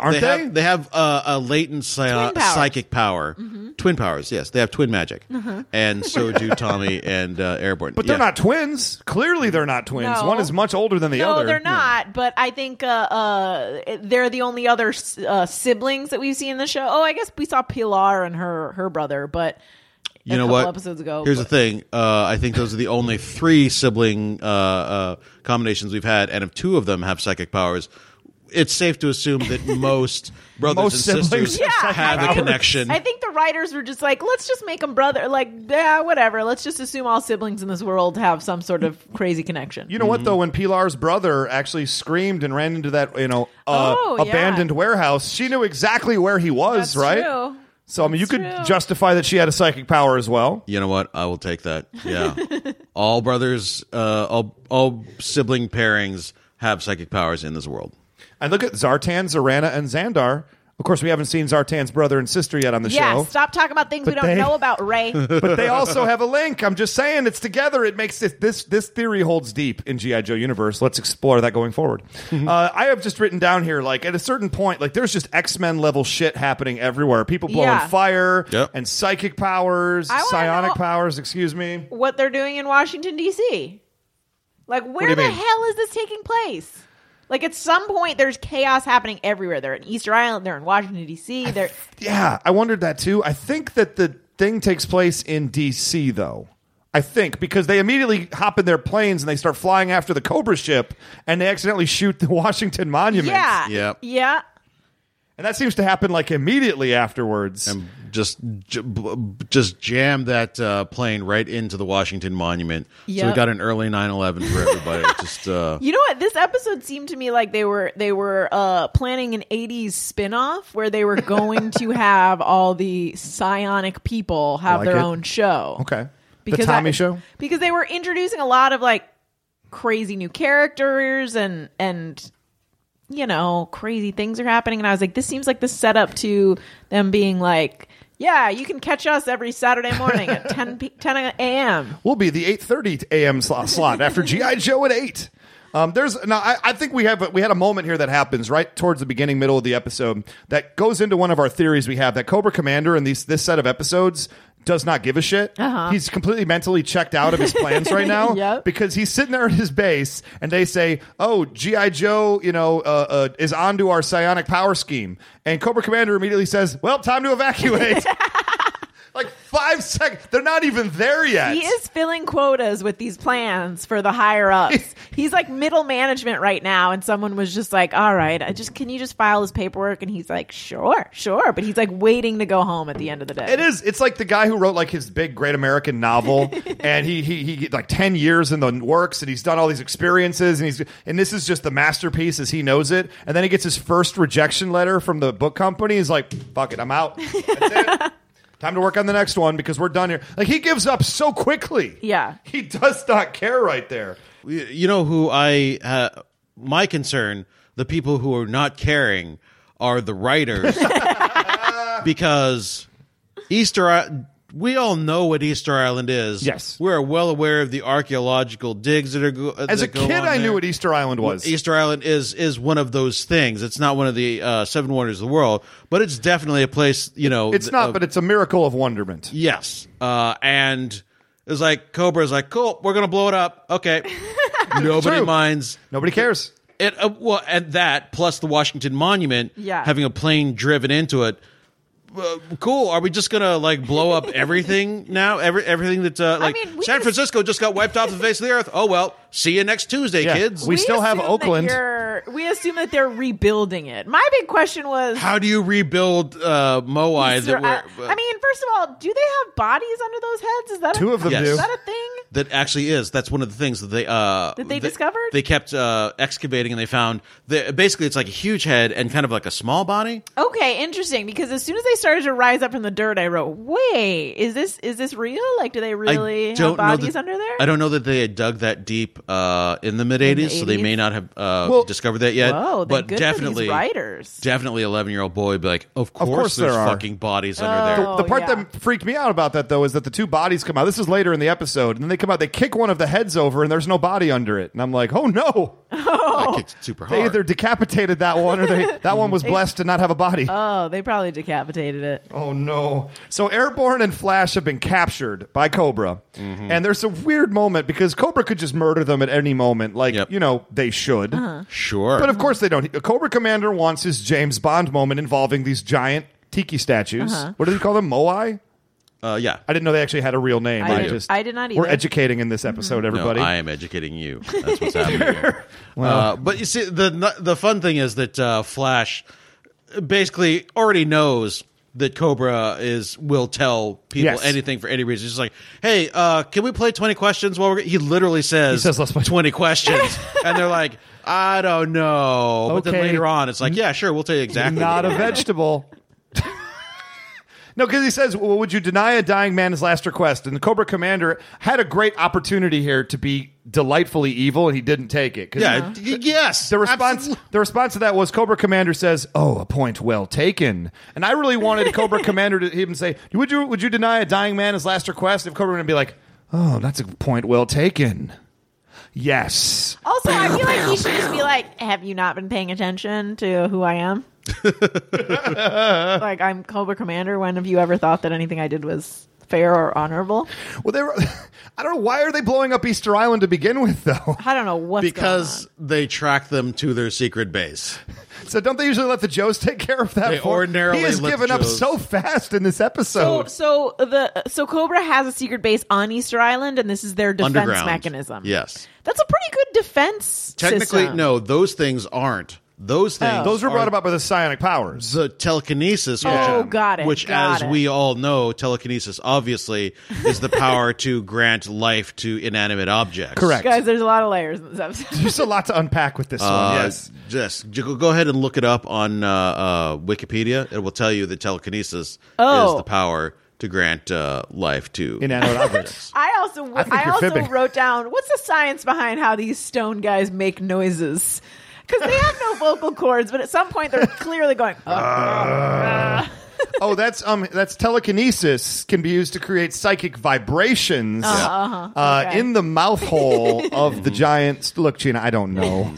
Speaker 3: Aren't
Speaker 5: Have,
Speaker 3: they?
Speaker 5: they have uh, a latent psi-
Speaker 4: Twin powers. Mm-hmm.
Speaker 5: psychic power. Twin powers, yes. They have twin magic.
Speaker 4: Uh-huh.
Speaker 5: And so do Tommy and uh, Airborne.
Speaker 3: but they're
Speaker 5: Yeah.
Speaker 3: not twins. Clearly, they're not twins.
Speaker 4: No.
Speaker 3: One is much older than the
Speaker 4: No,
Speaker 3: other.
Speaker 4: they're not. But I think uh, uh, they're the only other s- uh, siblings that we've seen in the show. Oh, I guess we saw Pilar and her her brother, but
Speaker 5: you
Speaker 4: a
Speaker 5: know
Speaker 4: couple
Speaker 5: what?
Speaker 4: episodes ago.
Speaker 5: Here's
Speaker 4: but-
Speaker 5: the thing. Uh, I think those are the only three sibling uh, uh, combinations we've had, and if two of them have psychic powers, it's safe to assume that most brothers
Speaker 3: Most
Speaker 5: and
Speaker 3: siblings
Speaker 5: sisters
Speaker 4: Yeah,
Speaker 3: have
Speaker 5: have
Speaker 4: I
Speaker 5: a
Speaker 4: think-
Speaker 5: connection.
Speaker 4: I think the writers were just like, let's just make them brother. Like, yeah, whatever. Let's just assume all siblings in this world have some sort of crazy connection.
Speaker 3: You know what though? When Pilar's brother actually screamed and ran into that, you know, uh,
Speaker 4: Oh, yeah.
Speaker 3: abandoned warehouse, she knew exactly where he was,
Speaker 4: That's
Speaker 3: right?
Speaker 4: true.
Speaker 3: So I mean, you could
Speaker 4: true.
Speaker 3: justify that she had a psychic power as well.
Speaker 5: you know what? I will take that. Yeah, all brothers, uh, all all sibling pairings have psychic powers in this world.
Speaker 3: And look at Zartan, Zarana, and Xandar. Of course, we haven't seen Zartan's brother and sister yet on the
Speaker 4: Yeah,
Speaker 3: show,
Speaker 4: stop talking about things we
Speaker 3: But
Speaker 4: don't
Speaker 3: they-
Speaker 4: know about Ray.
Speaker 3: but they also have a link. I'm just saying, it's together. It makes it, this this theory holds deep in GI Joe universe. Let's explore that going forward. uh, I have just written down here, like at a certain point, like there's just X Men level shit happening everywhere. People blowing
Speaker 4: Yeah.
Speaker 3: fire
Speaker 5: Yep.
Speaker 3: and psychic powers,
Speaker 4: I wanna
Speaker 3: psionic
Speaker 4: know-
Speaker 3: powers. Excuse me.
Speaker 4: what they're doing in Washington D.C. Like, where
Speaker 3: you
Speaker 4: the
Speaker 3: mean?
Speaker 4: hell is this taking place? Like, at some point, there's chaos happening everywhere. They're in Easter Island. They're in Washington D.C. They're
Speaker 3: Yeah, I wondered that too. I think that the thing takes place in DC though. I think because they immediately hop in their planes and they start flying after the Cobra ship and they accidentally shoot the Washington Monument.
Speaker 4: yeah,
Speaker 5: Yep.
Speaker 4: yeah.
Speaker 3: And that seems to happen like immediately afterwards.
Speaker 5: and just j- b- just jam that uh, plane right into the Washington Monument. So
Speaker 4: Yep.
Speaker 5: we got an early 9/11 for everybody. just uh,
Speaker 4: You know what? This episode seemed to me like they were they were uh, planning an '80s spinoff where they were going to have all the psionic people have
Speaker 3: Like
Speaker 4: their
Speaker 3: it.
Speaker 4: own show.
Speaker 3: okay. the
Speaker 4: because
Speaker 3: Tommy
Speaker 4: I-
Speaker 3: show?
Speaker 4: because they were introducing a lot of like crazy new characters and and you know crazy things are happening and i was like this seems like the setup to them being like yeah you can catch us every saturday morning at 10 p- 10 a.m
Speaker 3: will be the 8:30 a.m. slo- slot after GI Joe at 8. Um, there's now I, I think we have a, we had a moment here that happens right towards the beginning middle of the episode that goes into one of our theories we have that Cobra Commander in these this set of episodes does not give a shit. Uh-huh. He's completely mentally checked out of his plans right now
Speaker 4: Yep.
Speaker 3: because he's sitting there at his base and they say, "Oh, GI Joe, you know, uh, uh, is onto our psionic power scheme," and Cobra Commander immediately says, "Well, time to evacuate." like five seconds, they're not even there yet.
Speaker 4: he is filling quotas with these plans for the higher ups he's like middle management right now and someone was just like all right i just can you just file his paperwork and he's like sure sure but he's like waiting to go home at the end of the day
Speaker 3: It is. It's like the guy who wrote like his big great American novel, and he he he like ten years in the works, and he's done all these experiences, and he's and this is just the masterpiece as he knows it. And then he gets his first rejection letter from the book company. He's like, "Fuck it, I'm out. That's it. Time to work on the next one because we're done here." Like he gives up so quickly.
Speaker 4: Yeah.
Speaker 3: he does not care right there.
Speaker 5: you know who I uh, my concern the people who are not caring are the writers because Easter I- we all know what Easter Island is.
Speaker 3: Yes.
Speaker 5: we're well aware of the archaeological digs that are go- uh,
Speaker 3: As a
Speaker 5: that go
Speaker 3: kid,
Speaker 5: on
Speaker 3: I
Speaker 5: there.
Speaker 3: knew what Easter Island was.
Speaker 5: Easter Island is is one of those things. It's not one of the uh, seven wonders of the world, but it's definitely a place. You know,
Speaker 3: it's
Speaker 5: th-
Speaker 3: not,
Speaker 5: of-
Speaker 3: but it's a miracle of wonderment.
Speaker 5: yes. Uh, and it's like Cobra's like, cool, we're gonna blow it up. Okay, nobody
Speaker 3: True.
Speaker 5: minds
Speaker 3: Nobody cares.
Speaker 5: it. Uh, well, and that plus the Washington Monument,
Speaker 4: Yeah.
Speaker 5: having a plane driven into it. Uh, cool. Are we just gonna like blow up everything now? Every everything that uh, like
Speaker 4: mean, we
Speaker 5: San
Speaker 4: just-
Speaker 5: Francisco just got wiped off the face of the earth. Oh well. See you next Tuesday,
Speaker 3: Yeah.
Speaker 5: kids.
Speaker 3: We still have
Speaker 4: assume that
Speaker 3: Oakland.
Speaker 4: you're- We assume that they're rebuilding it. My big question was.
Speaker 5: How do you rebuild uh, Moai
Speaker 4: Sir,
Speaker 5: that
Speaker 4: I,
Speaker 5: were,
Speaker 4: I mean, first of all, do they have bodies under those heads? Is that a,
Speaker 3: Two of them
Speaker 5: Yes.
Speaker 3: do.
Speaker 4: Is that a thing?
Speaker 5: that actually is? That's one of the things that they uh,
Speaker 4: That they discovered?
Speaker 5: They kept uh, excavating and they found that basically it's like a huge head and kind of like a small body.
Speaker 4: Okay, interesting. Because as soon as they started to rise up from the dirt, I wrote, "Wait, is this is this real? Like, do they really
Speaker 5: I
Speaker 4: have
Speaker 5: don't know
Speaker 4: bodies
Speaker 5: that,
Speaker 4: under there?"
Speaker 5: I don't know that they had dug that deep uh, in the mid '80s, so they
Speaker 4: 80s?
Speaker 5: may not have uh,
Speaker 3: Well-
Speaker 5: discovered that yet.
Speaker 4: Whoa, then
Speaker 5: but
Speaker 4: good for
Speaker 5: definitely,
Speaker 4: Oh, these writers.
Speaker 5: definitely, eleven-year-old boy would be like, of course,
Speaker 3: course there
Speaker 5: there's
Speaker 3: are."
Speaker 5: fucking bodies under there.
Speaker 4: Oh,
Speaker 3: the part
Speaker 4: yeah.
Speaker 3: that freaked me out about that though is that the two bodies come out. This is later in the episode, and then they come out. They kick one of the heads over, and there's no body under it. And I'm like, oh no!
Speaker 4: Oh.
Speaker 5: That kicked super
Speaker 3: They
Speaker 5: hard.
Speaker 3: either decapitated that one, or they, that one was blessed to not have a body.
Speaker 4: oh, they probably decapitated it.
Speaker 3: oh no! So Airborne and Flash have been captured by Cobra, and there's a weird moment because Cobra could just murder them at any moment, like
Speaker 5: Yep.
Speaker 3: you know they should.
Speaker 4: Uh-huh.
Speaker 5: sure,
Speaker 3: But of course they don't. Cobra Commander wants his James Bond moment involving these giant tiki statues.
Speaker 4: Uh-huh.
Speaker 3: What do they call them? Moai.
Speaker 5: uh, yeah.
Speaker 3: I didn't know they actually had a real name.
Speaker 4: I
Speaker 3: I,
Speaker 4: did-
Speaker 3: just
Speaker 4: I did not
Speaker 3: We're
Speaker 4: either.
Speaker 3: educating in this episode,
Speaker 5: Mm-hmm. No,
Speaker 3: everybody.
Speaker 5: I am educating you. That's what's happening. here. uh, but you see, the the fun thing is that uh, Flash basically already knows that Cobra is will tell people
Speaker 3: Yes.
Speaker 5: anything for any reason. He's just like, "Hey, uh, can we play twenty questions?" While we're g-" he literally says,
Speaker 3: He says, "Let's play-
Speaker 5: twenty questions," and they're like, "I don't know." But then
Speaker 3: Okay.
Speaker 5: later on, it's like, "Yeah, sure, we'll tell you exactly."
Speaker 3: Not a vegetable. no, because he says, well, "Would you deny a dying man his last request?" And the Cobra Commander had a great opportunity here to be delightfully evil, and he didn't take it. 'Cause
Speaker 5: yeah, y- yes.
Speaker 3: The response,
Speaker 5: absolutely.
Speaker 3: the response to that was Cobra Commander says, "Oh, a point well taken." And I really wanted Cobra Commander to even say, "Would you would you deny a dying man his last request?" If Cobra would be like, "Oh, that's a point well taken." Yes.
Speaker 4: Also, I feel like he should just be like, "Have you not been paying attention to who I am?" like I'm Cobra Commander. When have you ever thought that anything I did was fair or honorable?
Speaker 3: Well, they were. I don't know why are they blowing up Easter Island to begin with, though.
Speaker 4: I don't know what's
Speaker 5: because they track them to their secret base.
Speaker 3: So don't they usually let the Joes take care of that?
Speaker 5: They
Speaker 3: for-
Speaker 5: ordinarily
Speaker 3: he has
Speaker 5: let
Speaker 3: given
Speaker 5: the
Speaker 3: up
Speaker 5: Joes-
Speaker 3: so fast in this
Speaker 4: going
Speaker 3: episode.
Speaker 4: on. So, so the so Cobra has a secret base on Easter Island, and this is their defense
Speaker 5: Underground
Speaker 4: mechanism.
Speaker 5: Yes.
Speaker 4: that's a pretty good defense.
Speaker 5: Technically,
Speaker 4: system. Oh.
Speaker 5: no, those things aren't. Those things.
Speaker 3: Those were brought
Speaker 5: are
Speaker 3: about by the psionic powers.
Speaker 5: The telekinesis.
Speaker 4: Oh,
Speaker 5: which,
Speaker 4: got it,
Speaker 5: Which,
Speaker 4: got
Speaker 5: as
Speaker 4: it.
Speaker 5: we all know, telekinesis obviously is the power to grant life to inanimate objects.
Speaker 3: Correct.
Speaker 4: Guys, there's a lot of layers in this episode.
Speaker 3: There's a lot to unpack with this
Speaker 5: Uh,
Speaker 3: one. Yes.
Speaker 5: Just j- go ahead and look it up on uh, uh, Wikipedia. It will tell you that telekinesis
Speaker 4: Oh.
Speaker 5: is the power to grant uh, life to
Speaker 3: Inanimate objects.
Speaker 4: I also I,
Speaker 3: I think you're
Speaker 4: also
Speaker 3: fibbing.
Speaker 4: wrote down what's the science behind how these stone guys make noises because they have no vocal cords, but at some point they're clearly going.
Speaker 3: Uh.
Speaker 4: "Ugh."
Speaker 3: Oh, that's um, that's telekinesis can be used to create psychic vibrations uh
Speaker 4: Uh-huh. Okay.
Speaker 3: in the mouth hole of the giant. Look, Gina, I don't know.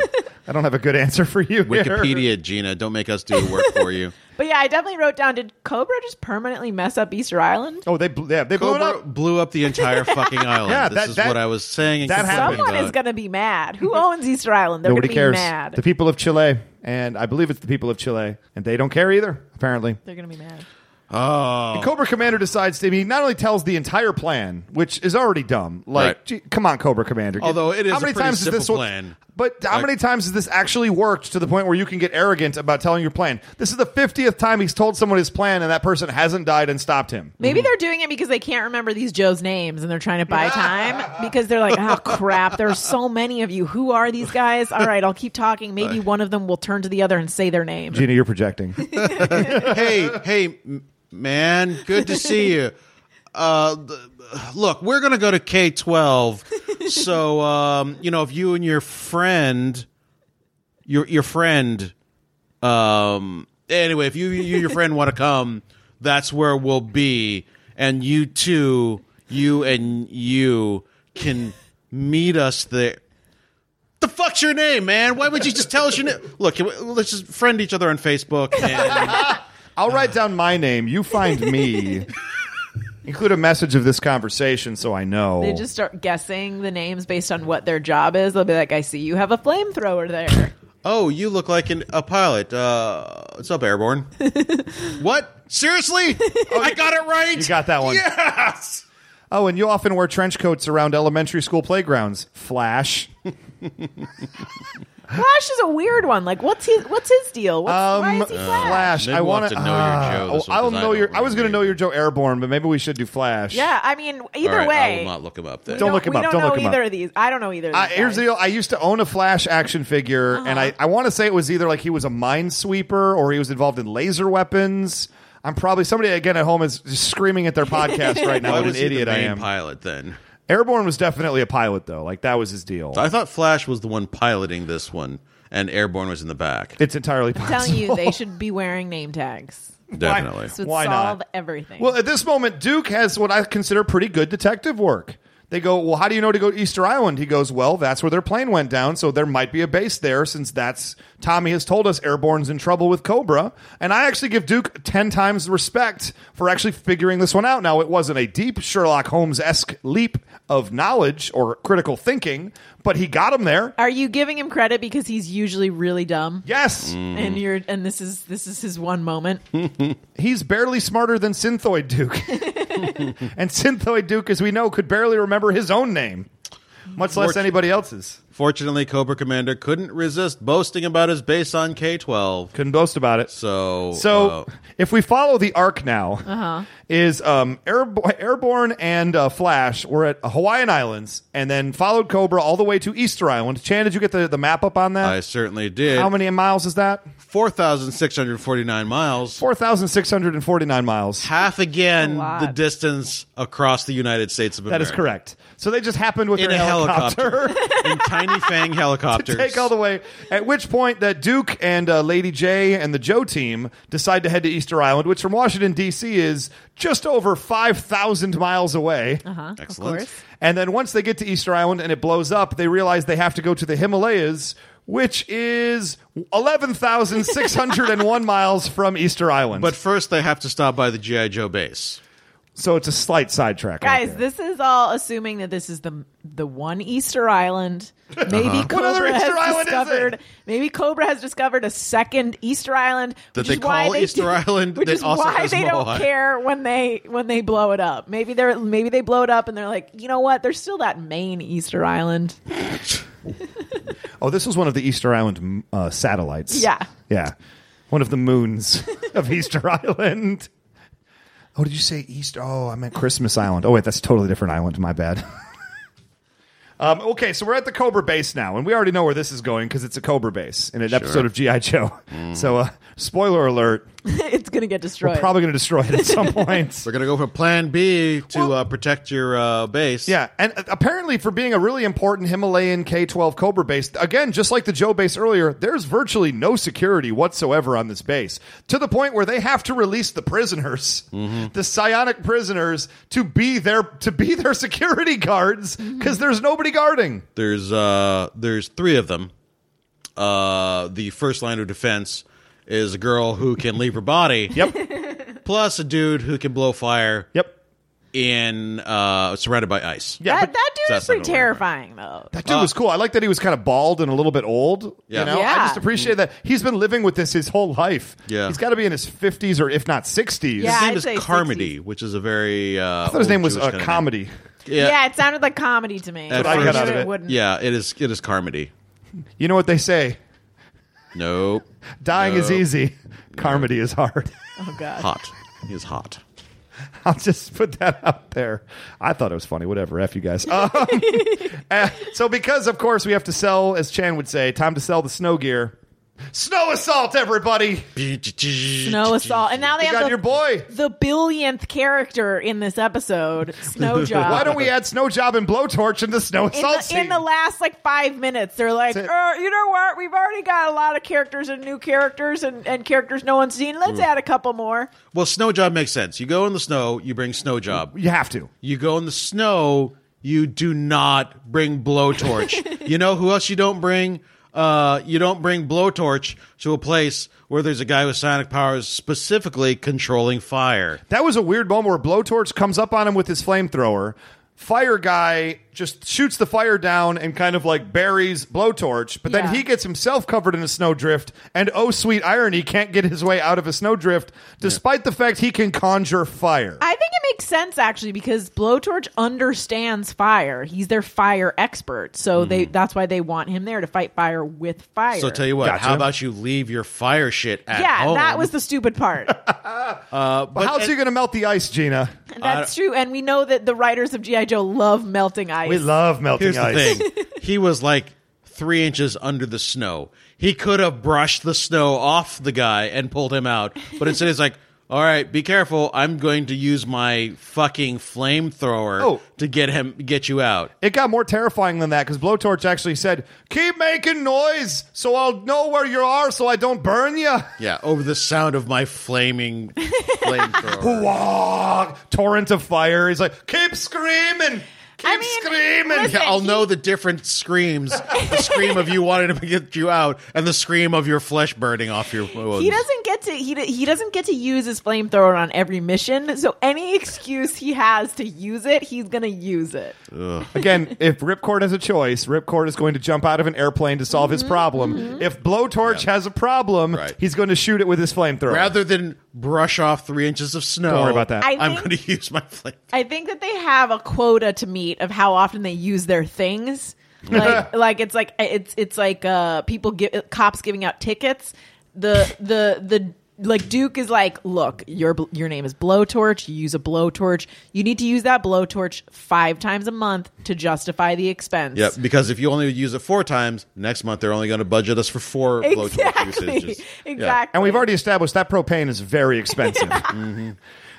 Speaker 3: I don't have a good answer for you. here.
Speaker 5: Wikipedia, Gina. Don't make us do the work for you.
Speaker 4: But yeah, I definitely wrote down. Did Cobra just permanently mess up Easter Island?
Speaker 3: Oh, they bl- yeah, they blew it
Speaker 5: Cobra
Speaker 3: up.
Speaker 5: blew up the entire fucking island.
Speaker 3: Yeah,
Speaker 5: this
Speaker 3: that-
Speaker 5: is
Speaker 3: that-
Speaker 5: what I was saying. and
Speaker 3: that
Speaker 5: complaining
Speaker 4: Someone
Speaker 5: about.
Speaker 4: is going to be mad. Who owns Easter Island? They're going to
Speaker 3: Nobody cares.
Speaker 4: be mad.
Speaker 3: The people of Chile, and I believe it's the people of Chile, and they don't care either. Apparently,
Speaker 4: they're going to be mad.
Speaker 5: Oh.
Speaker 3: The Cobra Commander decides to. He not only tells the entire plan, which is already dumb. Like,
Speaker 5: Right.
Speaker 3: gee, come on, Cobra Commander.
Speaker 5: Although it is
Speaker 3: how
Speaker 5: a
Speaker 3: many
Speaker 5: pretty
Speaker 3: times has
Speaker 5: simple
Speaker 3: this wor-
Speaker 5: plan.
Speaker 3: But how
Speaker 5: Like-
Speaker 3: many times has this actually worked to the point where you can get arrogant about telling your plan? This is the fiftieth time he's told someone his plan, and that person hasn't died and stopped him.
Speaker 4: Maybe they're doing it because they can't remember these Joes' names and they're trying to buy time because they're like, oh crap, there's so many of you. Who are these guys? All right, I'll keep talking. Maybe one of them will turn to the other and say their name.
Speaker 3: Gina, you're projecting.
Speaker 5: hey, hey, m- man, good to see you. Uh, th- look, we're gonna go to K twelve, so um, you know if you and your friend, your your friend, um, anyway, if you you and your friend want to come, that's where we'll be, and you two, you and you can meet us there. The fuck's your name, man? Why would you just tell us your name? Look, can we- let's just friend each other on Facebook and.
Speaker 3: I'll write down my name. You find me. Include a message of this conversation so I know.
Speaker 4: They just start guessing the names based on what their job is. They'll be like, I see you have a flamethrower there.
Speaker 5: Oh, you look like an, a pilot. Uh, what's up, Airborne? what? Seriously? I got it right.
Speaker 3: You got that one.
Speaker 5: Yes.
Speaker 3: Oh, and you often wear trench coats around elementary school playgrounds. Flash.
Speaker 4: Flash is a weird one. Like, what's his what's his deal? What's, why is he Flash?
Speaker 3: Um, uh, Flash.
Speaker 5: maybe
Speaker 3: I
Speaker 5: we'll
Speaker 3: want
Speaker 5: have to know your Joe this one,
Speaker 3: I'll
Speaker 5: 'cause I
Speaker 3: know
Speaker 5: don't
Speaker 3: your. I was going to
Speaker 5: remember.
Speaker 3: know your Joe Airborne, but maybe we should do Flash.
Speaker 4: Yeah, I mean, either
Speaker 5: All right, I
Speaker 4: way,
Speaker 5: will not look him up then.
Speaker 3: Don't look him
Speaker 4: we
Speaker 3: up.
Speaker 4: Don't,
Speaker 3: Don't
Speaker 4: know
Speaker 3: look him
Speaker 4: either
Speaker 3: up.
Speaker 4: of these. I don't know either. Of these
Speaker 3: Uh, here's
Speaker 4: guys.
Speaker 3: the deal. I used to own a Flash action figure,
Speaker 4: Uh-huh.
Speaker 3: and I, I want to say it was either like he was a minesweeper or he was involved in laser weapons. I'm probably somebody again at home is just screaming at their podcast right now.
Speaker 5: Why
Speaker 3: what
Speaker 5: was
Speaker 3: an
Speaker 5: he
Speaker 3: idiot
Speaker 5: the
Speaker 3: I
Speaker 5: main
Speaker 3: am.
Speaker 5: pilot then?
Speaker 3: Airborne was definitely a pilot though. Like that was his deal.
Speaker 5: I thought Flash was the one piloting this one, and Airborne was in the back.
Speaker 3: it's entirely possible.
Speaker 4: I'm telling you, they should be wearing name tags.
Speaker 5: Definitely.
Speaker 4: This would
Speaker 3: Why not?
Speaker 4: solve everything.
Speaker 3: Well, at this moment, Duke has what I consider pretty good detective work. They go, Well, how do you know to go to Easter Island? He goes, Well, that's where their plane went down, so there might be a base there since that's Tommy has told us Airborne's in trouble with Cobra. And I actually give Duke 10 times respect for actually figuring this one out. Now, it wasn't a deep Sherlock Holmes esque leap of knowledge or critical thinking, but he got him there.
Speaker 4: Are you giving him credit because he's usually really dumb?
Speaker 3: Yes,
Speaker 4: And you're and this is this is his one moment.
Speaker 3: he's barely smarter than Synthoid Duke. and Synthoid Duke, as we know, could barely remember his own name, much less
Speaker 5: Fortune-
Speaker 3: anybody else's.
Speaker 5: Fortunately, Cobra Commander couldn't resist boasting about his base on K twelve.
Speaker 3: Couldn't boast about it.
Speaker 5: So,
Speaker 3: So,
Speaker 5: uh,
Speaker 3: if we follow the arc now, is um, Airbo- Airborne and uh, Flash were at Hawaiian Islands and then followed Cobra all the way to Easter Island. Chan, did you get the, the map up on that?
Speaker 5: I certainly did.
Speaker 3: How many miles is that?
Speaker 5: Four thousand six hundred forty nine miles.
Speaker 3: 4,649 miles.
Speaker 5: Half again
Speaker 4: lot.
Speaker 5: the distance across the United States of
Speaker 3: That
Speaker 5: America.
Speaker 3: is correct. So they just happened with
Speaker 5: in
Speaker 3: their
Speaker 5: a helicopter,
Speaker 3: helicopter.
Speaker 5: in tiny fang helicopters.
Speaker 3: take all the way. At which point, that Duke and uh, Lady J and the Joe team decide to head to Easter Island, which from Washington D.C. is just over five thousand miles away.
Speaker 4: Uh-huh.
Speaker 5: Excellent.
Speaker 4: course.
Speaker 3: And then once they get to Easter Island and it blows up, they realize they have to go to the Himalayas, which is eleven thousand six hundred and one miles from Easter Island.
Speaker 5: But first, they have to stop by the GI Joe base.
Speaker 3: so it's a slight sidetrack, right
Speaker 4: Guys,
Speaker 3: there.
Speaker 4: this is all assuming that this is the the one Easter Island. Maybe Cobra
Speaker 3: other
Speaker 4: has
Speaker 3: Easter island is
Speaker 4: discovered.
Speaker 3: it?
Speaker 4: Maybe Cobra has discovered a second Easter Island
Speaker 5: That
Speaker 4: which
Speaker 5: they
Speaker 4: is why
Speaker 5: call
Speaker 4: they
Speaker 5: Easter
Speaker 4: do-
Speaker 5: Island
Speaker 4: Which
Speaker 5: that
Speaker 4: is
Speaker 5: also
Speaker 4: why
Speaker 5: has
Speaker 4: they don't
Speaker 5: Moai.
Speaker 4: care when they when they blow it up. Maybe they're maybe they blow it up and they're like, you know what? There's still that main Easter Island.
Speaker 3: Oh, this was one of the Easter Island mm, uh, satellites.
Speaker 4: Yeah.
Speaker 3: Yeah. One of the moons of Easter Island. Oh, did you say East? Oh, I meant Christmas Island. Oh, wait, that's a totally different island. My bad. um, okay, so we're at the Cobra base now, and we already know where this is going because it's a Cobra base in an episode of G.I. Joe. So, uh, spoiler alert,
Speaker 4: it's gonna get destroyed.
Speaker 3: probably going to destroy it at some point.
Speaker 5: We're gonna go from Plan B to uh, protect your uh, base.
Speaker 3: Yeah, and uh, apparently for being a really important Himalayan K-12 Cobra base, again, just like the Joe base earlier, there's virtually no security whatsoever on this base to the point where they have to release the prisoners, the psionic prisoners, to be their to be their security guards
Speaker 4: Mm-hmm.
Speaker 3: because there's nobody guarding.
Speaker 5: There's uh, there's three of them. Uh, the first line of defense is a girl who can leave her body.
Speaker 3: Yep,
Speaker 5: Plus a dude who can blow fire.
Speaker 3: yep.
Speaker 5: In uh, surrounded by ice.
Speaker 3: Yeah,
Speaker 4: that,
Speaker 3: but-
Speaker 4: that dude
Speaker 5: That's
Speaker 4: is pretty
Speaker 5: not gonna work.
Speaker 4: terrifying, though.
Speaker 3: That dude was cool. I like that he was kind of bald and a little bit old.
Speaker 5: Yeah.
Speaker 3: You know, I
Speaker 4: Yeah.
Speaker 3: just appreciate that he's been living with this his whole life.
Speaker 5: Yeah.
Speaker 3: he's got to be in his fifties or if not sixties.
Speaker 4: Yeah,
Speaker 5: His name
Speaker 4: I'd
Speaker 5: is
Speaker 4: say
Speaker 5: Carmody, which is a very. Uh,
Speaker 3: I thought his name was
Speaker 5: a
Speaker 3: uh, comedy.
Speaker 4: Yeah. it sounded like comedy to me.
Speaker 5: At
Speaker 4: But
Speaker 5: first-
Speaker 4: knew
Speaker 5: I got
Speaker 3: out of it.
Speaker 4: wouldn't.
Speaker 5: Yeah, it is. It is Carmody.
Speaker 3: You know what they say?
Speaker 5: Nope.
Speaker 3: Dying is
Speaker 5: Nope.
Speaker 3: easy. Carmody is hard.
Speaker 4: Oh god.
Speaker 5: Hot. He is hot.
Speaker 3: I'll just put that out there. I thought it was funny. Whatever. F you guys. Um, uh, so, because, of course, we have to sell, as Chan would say, time to sell the snow gear. Snow assault, everybody.
Speaker 4: Snow assault, and now they
Speaker 3: You
Speaker 4: have
Speaker 3: got
Speaker 4: the,
Speaker 3: your boy.
Speaker 4: the billionth character in this episode, Snow Job.
Speaker 3: Why don't we add snow job and blowtorch in the snow
Speaker 4: in
Speaker 3: assault
Speaker 4: the,
Speaker 3: scene?
Speaker 4: in the last like five minutes, they're like,
Speaker 3: That's it.
Speaker 4: er, you know what? We've already got a lot of characters and new characters and, and characters no one's seen.
Speaker 5: Hmm.
Speaker 4: Let's add a couple more.
Speaker 5: Well, snow job makes sense. You go in the snow, you bring snow job.
Speaker 3: you have to.
Speaker 5: You go in the snow, you do not bring blowtorch. you know who else you don't bring? Uh, you don't bring blowtorch to a place where there's a guy with sonic powers specifically controlling fire.
Speaker 3: That was a weird moment where Blowtorch comes up on him with his flamethrower. Fire guy just shoots the fire down and kind of like buries Blowtorch, but then
Speaker 4: Yeah.
Speaker 3: he gets himself covered in a snowdrift. And oh, sweet irony, can't get his way out of a snowdrift despite the fact he can conjure fire.
Speaker 4: I think it makes sense actually because Blowtorch understands fire. He's their fire expert, so they that's why they want him there to fight fire with fire.
Speaker 5: Hmm. So tell you what,
Speaker 3: Gotcha.
Speaker 5: how about you leave your fire shit at
Speaker 4: yeah,
Speaker 5: home?
Speaker 4: that was the stupid part.
Speaker 3: but how's he going to melt the ice, Gina?
Speaker 4: That's true, and we know that the writers of GI Joe love melting ice.
Speaker 3: We love melting
Speaker 5: Here's
Speaker 3: ice.
Speaker 5: the thing. He was like three inches under the snow. He could have brushed the snow off the guy and pulled him out, but instead he's like, all right, be careful. I'm going to use my fucking flamethrower
Speaker 3: Oh.
Speaker 5: to get him, get you out.
Speaker 3: It got more terrifying than that because Blowtorch actually said, "Keep making noise, so I'll know where you are, so I don't burn you."
Speaker 5: Yeah, over the sound of my flaming flamethrower.
Speaker 3: Wah! Torrent of fire. He's like, keep screaming. Keep
Speaker 4: I mean,
Speaker 3: screaming.
Speaker 4: listen-
Speaker 5: Yeah, I'll know the different screams: the scream of you wanting to get you out, and the scream of your flesh burning off your wounds.
Speaker 4: He doesn't get to he he doesn't get to use his flamethrower on every mission. So any excuse he has to use it, he's gonna use it.
Speaker 3: Again, if Ripcord has a choice, Ripcord is going to jump out of an airplane to solve
Speaker 4: Mm-hmm.
Speaker 3: his problem. If Blowtorch
Speaker 5: Yeah.
Speaker 3: has a problem,
Speaker 5: Right.
Speaker 3: he's going to shoot it with his flamethrower.
Speaker 5: Rather than brush off three inches of snow,
Speaker 3: Don't worry about that.
Speaker 4: I
Speaker 5: I'm
Speaker 4: think-
Speaker 5: going to use my flame.
Speaker 4: I think that they have a quota to meet of how often they use their things. Like, like it's like it's it's like uh, people give cops giving out tickets. The the the like Duke is like, look, your bl- your name is blowtorch. You use a blowtorch. You need to use that blowtorch five times a month to justify the expense.
Speaker 5: Yep, because if you only use it four times, next month they're only going to budget us for four blowtorch
Speaker 4: Exactly.
Speaker 5: usages. Yeah.
Speaker 4: Exactly.
Speaker 3: and we've already established that propane is very expensive.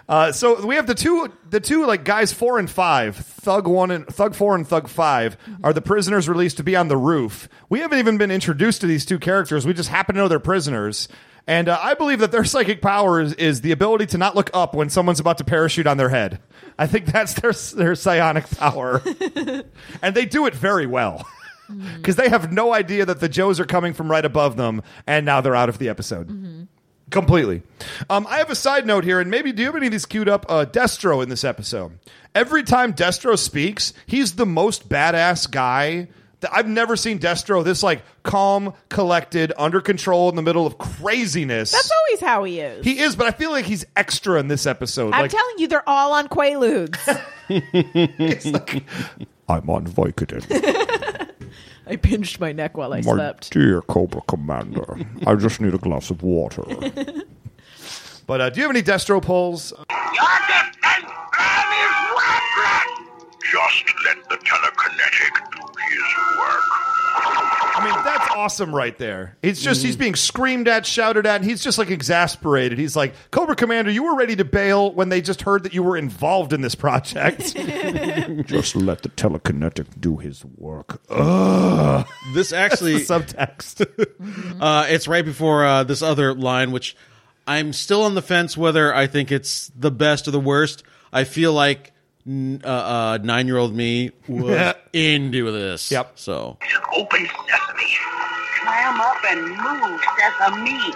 Speaker 3: Uh, so we have the two, the two like guys four and five, thug one and thug four and thug 5 are the prisoners released to be on the roof. We haven't even been introduced to these two characters. We just happen to know they're prisoners, and uh, I believe that their psychic power is, is the ability to not look up when someone's about to parachute on their head. I think that's their their psionic power, and they do it very well. Because they have no idea that the Joes are coming from right above them, and now they're out of the episode. Completely. Um, I have a side note here, and maybe do you have any of these queued up? Uh, Destro in this episode. Every time Destro speaks, he's the most badass guy. that- I've never seen Destro this like calm, collected, under control in the middle of craziness.
Speaker 4: That's always how he is.
Speaker 3: he is, but I feel like he's extra in this episode.
Speaker 4: I'm
Speaker 3: like,
Speaker 4: telling you, they're all on Quaaludes.
Speaker 3: it's like, I'm on Vicodin.
Speaker 4: I pinched my neck while I
Speaker 7: My
Speaker 4: slept.
Speaker 7: dear Cobra Commander, I just need a glass of water.
Speaker 3: But uh, do you have any Destro polls?
Speaker 8: Just let the telekinetic do his work.
Speaker 3: I mean, that's awesome right there. It's just he's being screamed at, shouted at, and he's just like exasperated. He's like, Cobra Commander, you were ready to bail when they just heard that you were involved in this project.
Speaker 7: just let the telekinetic do his work.
Speaker 5: This actually
Speaker 3: Subtext.
Speaker 5: Uh, it's right before uh, this other line, which I'm still on the fence whether I think it's the best or the worst. I feel like n- uh, uh, nine year old me was into this.
Speaker 3: Yep.
Speaker 5: So
Speaker 8: Open sesame. Clam up and move, sesame.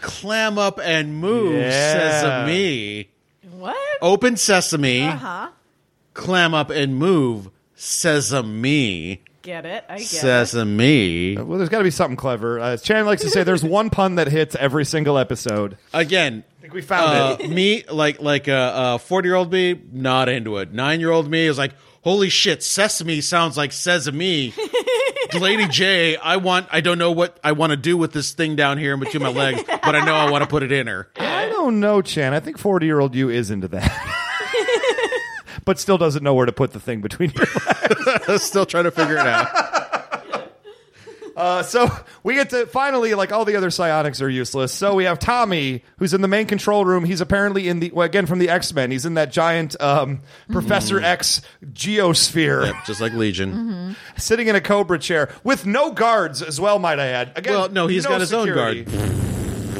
Speaker 5: clam up and move,
Speaker 3: Yeah.
Speaker 5: sesame.
Speaker 4: What?
Speaker 5: Open sesame.
Speaker 3: Uh-huh.
Speaker 4: Huh?
Speaker 5: Clam up and move, sesame.
Speaker 4: Get it? I get it.
Speaker 5: Sesame.
Speaker 3: well, there's got to be something clever. Uh, Chan likes to say there's one pun that hits every single episode.
Speaker 5: Again,
Speaker 3: We found
Speaker 5: uh,
Speaker 3: it.
Speaker 5: me like like a forty year old me not into it. Nine year old me is like, holy shit, sesame sounds like sesame. Lady J, I want I don't know what I want to do with this thing down here in between my legs, but I know I want to put it in her.
Speaker 3: I don't know, Chan. I think 40 year old you is into that. but still doesn't know where to put the thing between your
Speaker 5: Still trying to figure it out.
Speaker 3: Uh, so we get to finally, like all the other psionics are useless. So we have Tommy, who's in the main control room. He's apparently in the well, again from the X Men. He's in that giant um,
Speaker 5: Mm.
Speaker 3: Professor X geosphere,
Speaker 5: Yep, just like Legion.
Speaker 3: sitting in a Cobra chair with no guards as well. Might I add? Again,
Speaker 5: Well, no,
Speaker 3: he's
Speaker 5: he's got his own
Speaker 3: own guard.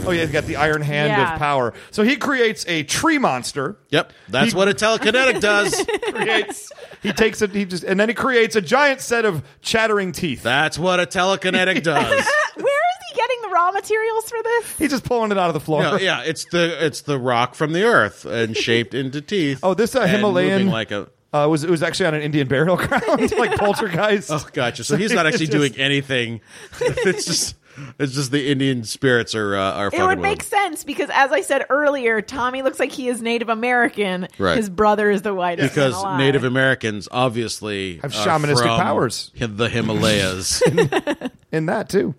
Speaker 3: Oh yeah, he's got the Iron Hand
Speaker 4: Yeah.
Speaker 3: of power. So he creates a tree monster.
Speaker 5: Yep, that's
Speaker 3: He-
Speaker 5: what a telekinetic does.
Speaker 3: Creates. he takes it. He just and then he creates a giant set of chattering teeth.
Speaker 5: That's what a telekinetic does.
Speaker 4: Uh, Where is he getting the raw materials for this?
Speaker 3: He's just pulling it out of the floor.
Speaker 5: No, yeah, it's the it's the rock from the earth and shaped into teeth.
Speaker 3: Oh, this, uh,
Speaker 5: and
Speaker 3: Himalayan-
Speaker 5: moving like a
Speaker 3: Uh, it was it was actually on an Indian burial ground, like poltergeist.
Speaker 5: Oh, gotcha. So he's not
Speaker 3: it's
Speaker 5: actually
Speaker 3: just-
Speaker 5: doing anything. It's just it's just the Indian spirits are uh, are
Speaker 4: It
Speaker 5: fucking
Speaker 4: would
Speaker 5: with
Speaker 4: make
Speaker 5: him.
Speaker 4: sense because, as I said earlier, Tommy looks like he is Native American.
Speaker 5: Right.
Speaker 4: His brother is the whitest. man
Speaker 5: because
Speaker 4: alive.
Speaker 5: Native Americans obviously
Speaker 3: Have
Speaker 5: are
Speaker 3: shamanistic
Speaker 5: from
Speaker 3: powers.
Speaker 5: Him- The Himalayas.
Speaker 3: in that too.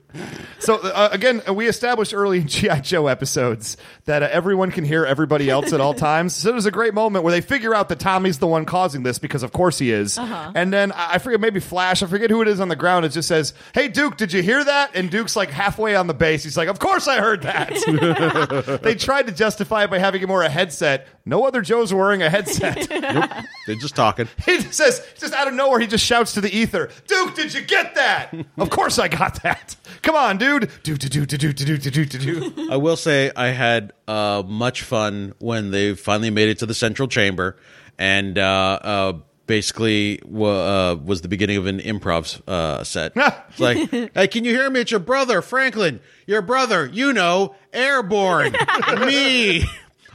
Speaker 3: So uh, again, we established early in GI Joe episodes that uh, everyone can hear everybody else at all times. So there's a great moment where they figure out that Tommy's the one causing this because of course he is. And then I I forget maybe Flash, I forget who it is on the ground. It just says, "Hey Duke, did you hear that?" And Duke's like halfway on the base. He's like, "Of course I heard that." they tried to justify it by having him wear a headset. No other Joe's wearing a headset.
Speaker 5: Nope. They're just talking.
Speaker 3: He just says, just out of nowhere, he just shouts to the ether, Duke, did you get that? of course I got that. Come on, dude. Do, do, do, do, do, do, do, do, do, do.
Speaker 5: I will say I had uh, much fun when they finally made it to the central chamber, and uh, uh, basically wa uh, was the beginning of an improv uh, set. It's like, hey, can you hear me? It's your brother Franklin. Your brother, you know, airborne. me.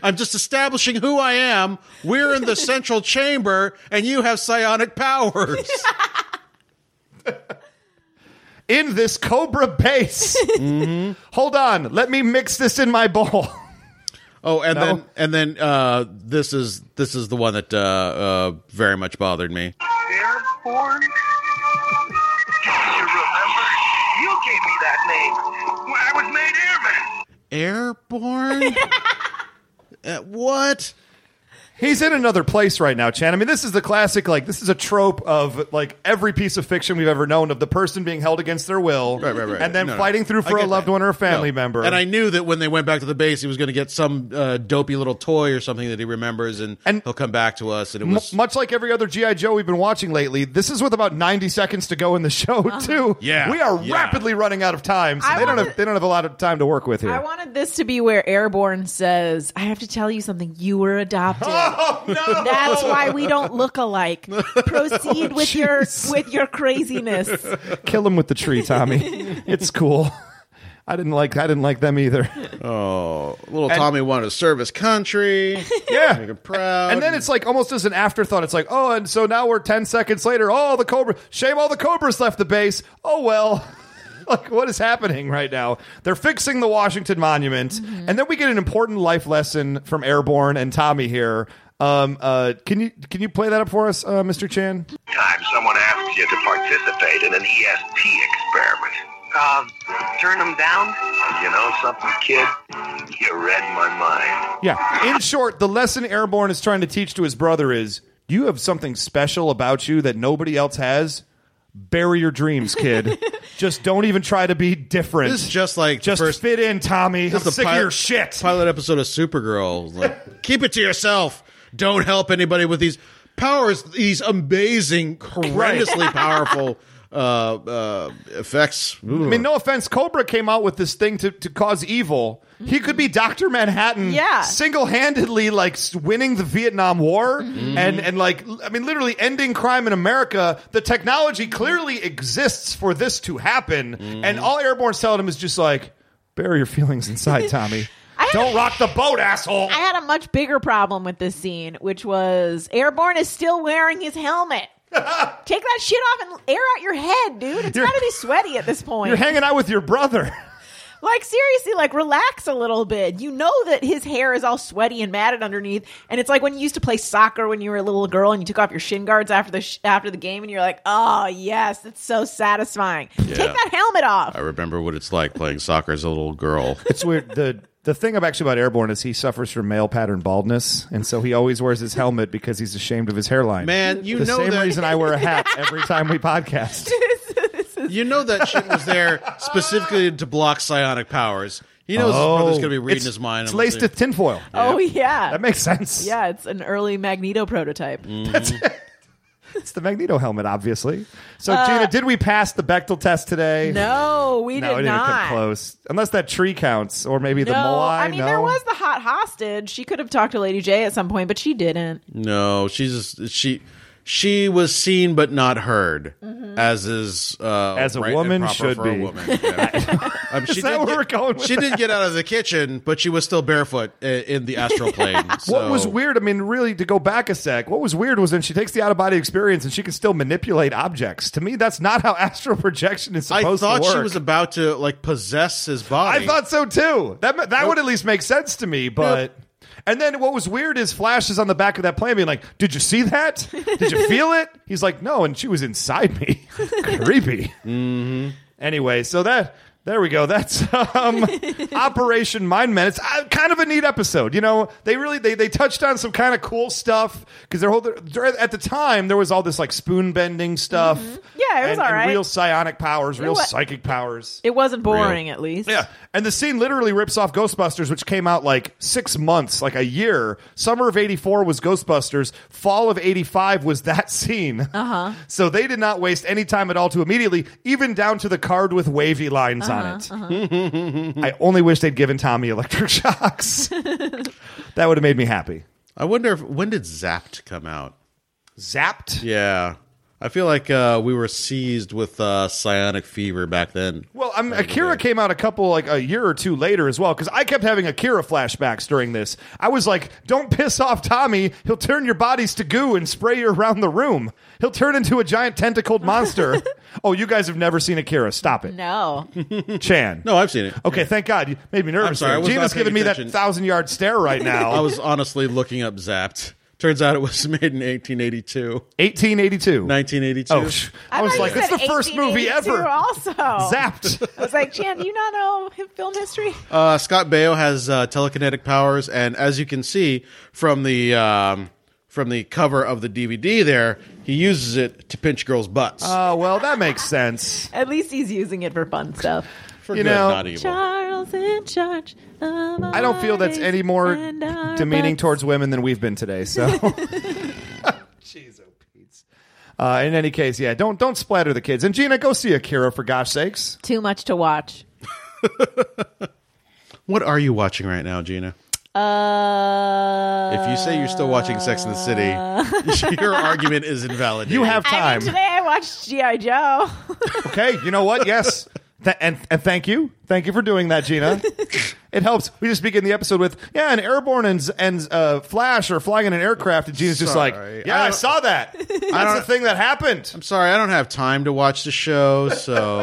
Speaker 5: I'm just establishing who I am. We're in the central chamber, and you have psionic powers.
Speaker 3: In this Cobra base.
Speaker 5: Mm-hmm.
Speaker 3: Hold on. Let me mix this in my bowl.
Speaker 5: Oh, and
Speaker 3: No?
Speaker 5: then and then uh, this is this is the one that uh, uh, very much bothered me.
Speaker 8: Airborne? Do you remember? You gave me that name when I was made airman.
Speaker 5: airborne? Uh, what?
Speaker 3: He's in another place right now, Chan. I mean, this is the classic, like, this is a trope of, like, every piece of fiction we've ever known of the person being held against their will.
Speaker 5: Right, right, right.
Speaker 3: And then
Speaker 5: No, no.
Speaker 3: fighting through
Speaker 5: I
Speaker 3: for a
Speaker 5: get
Speaker 3: loved
Speaker 5: that.
Speaker 3: one or a family
Speaker 5: No.
Speaker 3: member.
Speaker 5: And I knew that when they went back to the base, he was going to get some uh, dopey little toy or something that he remembers, and,
Speaker 3: And-
Speaker 5: he'll come back to us. And it
Speaker 3: M-
Speaker 5: was
Speaker 3: much like every other GI Joe we've been watching lately, this is with about ninety seconds to go in the show too.
Speaker 5: Yeah.
Speaker 3: we are
Speaker 5: Yeah.
Speaker 3: rapidly running out of time, so
Speaker 4: Uh-huh. I
Speaker 3: they don't
Speaker 4: wanted-
Speaker 3: have they don't have a lot of time to work with
Speaker 4: I
Speaker 3: here.
Speaker 4: wanted this to be where Airborne says, I have to tell you something. You were adopted.
Speaker 3: Oh no!
Speaker 4: That's why we don't look alike. Proceed with your with your craziness.
Speaker 3: Kill him with the tree, Tommy. it's cool. I didn't like I didn't like them either.
Speaker 5: little Tommy wanted to serve his country,
Speaker 3: Yeah.
Speaker 5: make him proud.
Speaker 3: And then it's like almost as an afterthought. It's like, oh, and so now we're ten seconds later. Oh, the cobra! Shame all the cobras left the base. Oh well. like what is happening right now? They're fixing the Washington Monument, and then we get an important life lesson from Airborne and Tommy here. Um, uh, can you can you play that up for us, uh, Mr. Chan?
Speaker 8: time someone asks you to participate in an ESP experiment. Uh, turn them down? You know something, kid? You read my mind.
Speaker 3: Yeah. In short, the lesson Airborne is trying to teach to his brother is you have something special about you that nobody else has. Bury your dreams, kid. just don't even try to be different.
Speaker 5: This is just like the
Speaker 3: just
Speaker 5: first-
Speaker 3: fit in, Tommy. I'm
Speaker 5: This is the
Speaker 3: sick
Speaker 5: pil-
Speaker 3: of your shit.
Speaker 5: Pilot episode of Supergirl. Like, keep it to yourself. Don't help anybody with these powers. These amazing, horrendously powerful uh, uh, effects.
Speaker 3: I mean, no offense, Cobra came out with this thing to, to cause evil. He could be Doctor Manhattan,
Speaker 4: Yeah.
Speaker 3: single handedly like s- winning the Vietnam War
Speaker 4: Mm-hmm.
Speaker 3: and and like l- I mean, literally ending crime in America. The technology clearly exists for this to happen, and all Airborne's telling him is just like, bury your feelings inside, Tommy.
Speaker 4: I had-
Speaker 3: Don't rock the boat, asshole.
Speaker 4: I had a much bigger problem with this scene, which was Airborne is still wearing his helmet. Take that shit off and air out your head, dude. It's
Speaker 3: You're-
Speaker 4: got to be sweaty at this point.
Speaker 3: You're hanging out with your brother.
Speaker 4: like seriously, like relax a little bit. You know that his hair is all sweaty and matted underneath, and it's like when you used to play soccer when you were a little girl and you took off your shin guards after the sh- after the game, and you're like, oh yes, it's so satisfying. Take that helmet off.
Speaker 5: I remember what it's like playing soccer as a little girl.
Speaker 3: It's weird. The the thing about- actually about Airborne is he suffers from male pattern baldness, and so he always wears his helmet because he's ashamed of his hairline.
Speaker 5: Man, you
Speaker 3: the
Speaker 5: know
Speaker 3: same
Speaker 5: that-
Speaker 3: reason I wear a hat every time we podcast.
Speaker 5: You know that shit was there specifically to block psionic powers. He knows his brother's going to be reading
Speaker 3: Oh, It's-
Speaker 5: his mind.
Speaker 3: It's
Speaker 5: I'm
Speaker 3: laced
Speaker 5: gonna
Speaker 3: with tinfoil.
Speaker 4: Oh yeah,
Speaker 3: That makes Mm. sense.
Speaker 4: yeah. It's an early Magneto prototype.
Speaker 3: it's the Magneto helmet, obviously. So, Gina, did we pass the Bechtel test today?
Speaker 4: Uh, No, we
Speaker 3: no,
Speaker 4: did
Speaker 3: it didn't
Speaker 4: not.
Speaker 3: even come close. Unless that tree counts, or maybe the
Speaker 4: no,
Speaker 3: Moai.
Speaker 4: I mean
Speaker 3: no,
Speaker 4: there was the hot hostage. She could have talked to Lady J at some point, but she didn't.
Speaker 5: say- no, she's just, she she was seen but not heard, as is uh,
Speaker 3: Mm-hmm. As a
Speaker 5: right and
Speaker 3: woman
Speaker 5: proper
Speaker 3: should
Speaker 5: for a
Speaker 3: be.
Speaker 5: woman. Yeah. Um, she
Speaker 3: Is that
Speaker 5: did
Speaker 3: where
Speaker 5: get-
Speaker 3: we're going with
Speaker 5: She did get out of the kitchen, but she was still barefoot i- in the astral plane.
Speaker 3: What
Speaker 5: so-
Speaker 3: was weird, I mean, really, to go back a sec, what was weird was then she takes the out of body experience and she can still manipulate objects. To me, that's not how astral projection is
Speaker 5: I
Speaker 3: supposed to work.
Speaker 5: thought she was about to like possess his body.
Speaker 3: I thought so too. That that would at least make sense to me, but. And then what was weird is Flash is on the back of that plane being like, Did you see that? Did you feel it? He's like, No, and she was inside me. Creepy. Mm-hmm. Anyway, so that there we go. That's um, Operation Mind Men. It's uh, kind of a neat episode. You know, they really they they touched on some kind of cool stuff because their whole at the time there was all this like spoon bending stuff.
Speaker 4: Mm-hmm. Yeah, it was
Speaker 3: and,
Speaker 4: all
Speaker 3: and
Speaker 4: right.
Speaker 3: real psionic powers, real
Speaker 4: wa-
Speaker 3: psychic powers.
Speaker 4: It wasn't boring, at least.
Speaker 3: Yeah, and the scene literally rips off Ghostbusters, which came out like six months, like a year. Summer of '84 was Ghostbusters. Fall of '85 was that scene. Uh huh. So they did not waste any time at all to immediately, even down to the card with wavy lines on it. I only wish they'd given Tommy electric shocks. that would have made me happy.
Speaker 5: I wonder if when did Zapped come out?
Speaker 3: Zapped.
Speaker 5: Yeah. I feel like uh, we were seized with uh, psionic fever back then.
Speaker 3: Well, I'm, Akira came out a couple like a year or two later as well because I kept having Akira flashbacks during this. I was like, "Don't piss off Tommy. He'll turn your bodies to goo and spray you around the room. He'll turn into a giant tentacled monster." oh, you guys have never seen Akira? Stop it,
Speaker 4: No.
Speaker 3: Chan.
Speaker 5: No, I've seen it.
Speaker 3: Okay, thank God you made me nervous.
Speaker 5: I'm sorry, I
Speaker 3: there.
Speaker 5: was not
Speaker 3: Gina's
Speaker 5: paying
Speaker 3: giving me
Speaker 5: attention.
Speaker 3: that thousand yard stare right
Speaker 5: I
Speaker 3: now.
Speaker 5: was honestly looking up Zapped. Turns out it was made in 1882.
Speaker 3: 1882.
Speaker 5: 1982.
Speaker 3: Oh, sh- I, was
Speaker 4: thought you
Speaker 3: like, "That's
Speaker 4: said
Speaker 3: the first movie
Speaker 4: 1882
Speaker 3: ever."
Speaker 4: Also,
Speaker 3: Zapped.
Speaker 4: I was like, Chan, do you not know hi- film history?
Speaker 5: Uh, Scott Baio has uh, telekinetic powers, and as you can see from the um, from the cover of the DVD, there he uses it to pinch girls' butts.
Speaker 3: Oh well, that makes sense.
Speaker 4: At least he's using it for fun stuff.
Speaker 5: For
Speaker 3: you
Speaker 5: good,
Speaker 3: know-
Speaker 5: not evil.
Speaker 4: Charles in charge. Of
Speaker 3: I don't feel that's any more demeaning
Speaker 4: towards.
Speaker 3: towards women than we've been today. So, jeez, oh Pete's. Uh, in any case, yeah, don't don't splatter the kids. And Gina, go see Akira for gosh sakes.
Speaker 4: Too much to watch.
Speaker 5: What are you watching right now, Gina?
Speaker 4: Uh,
Speaker 5: If you say you're still watching Sex in the City, your argument is invalid.
Speaker 3: You have
Speaker 4: I mean,
Speaker 3: time,
Speaker 4: today I watched GI Joe.
Speaker 3: okay? You know what? Yes, Th- and and thank you, thank you for doing that, Gina. it helps. We just begin the episode with yeah, an airborne and and uh, Flash are flying in an aircraft, and Gina's just like,
Speaker 5: Sorry.
Speaker 3: yeah,
Speaker 5: I
Speaker 3: I,
Speaker 5: don't-
Speaker 3: saw that. That's the thing that happened.
Speaker 5: Sorry, I don't have time to watch the show, so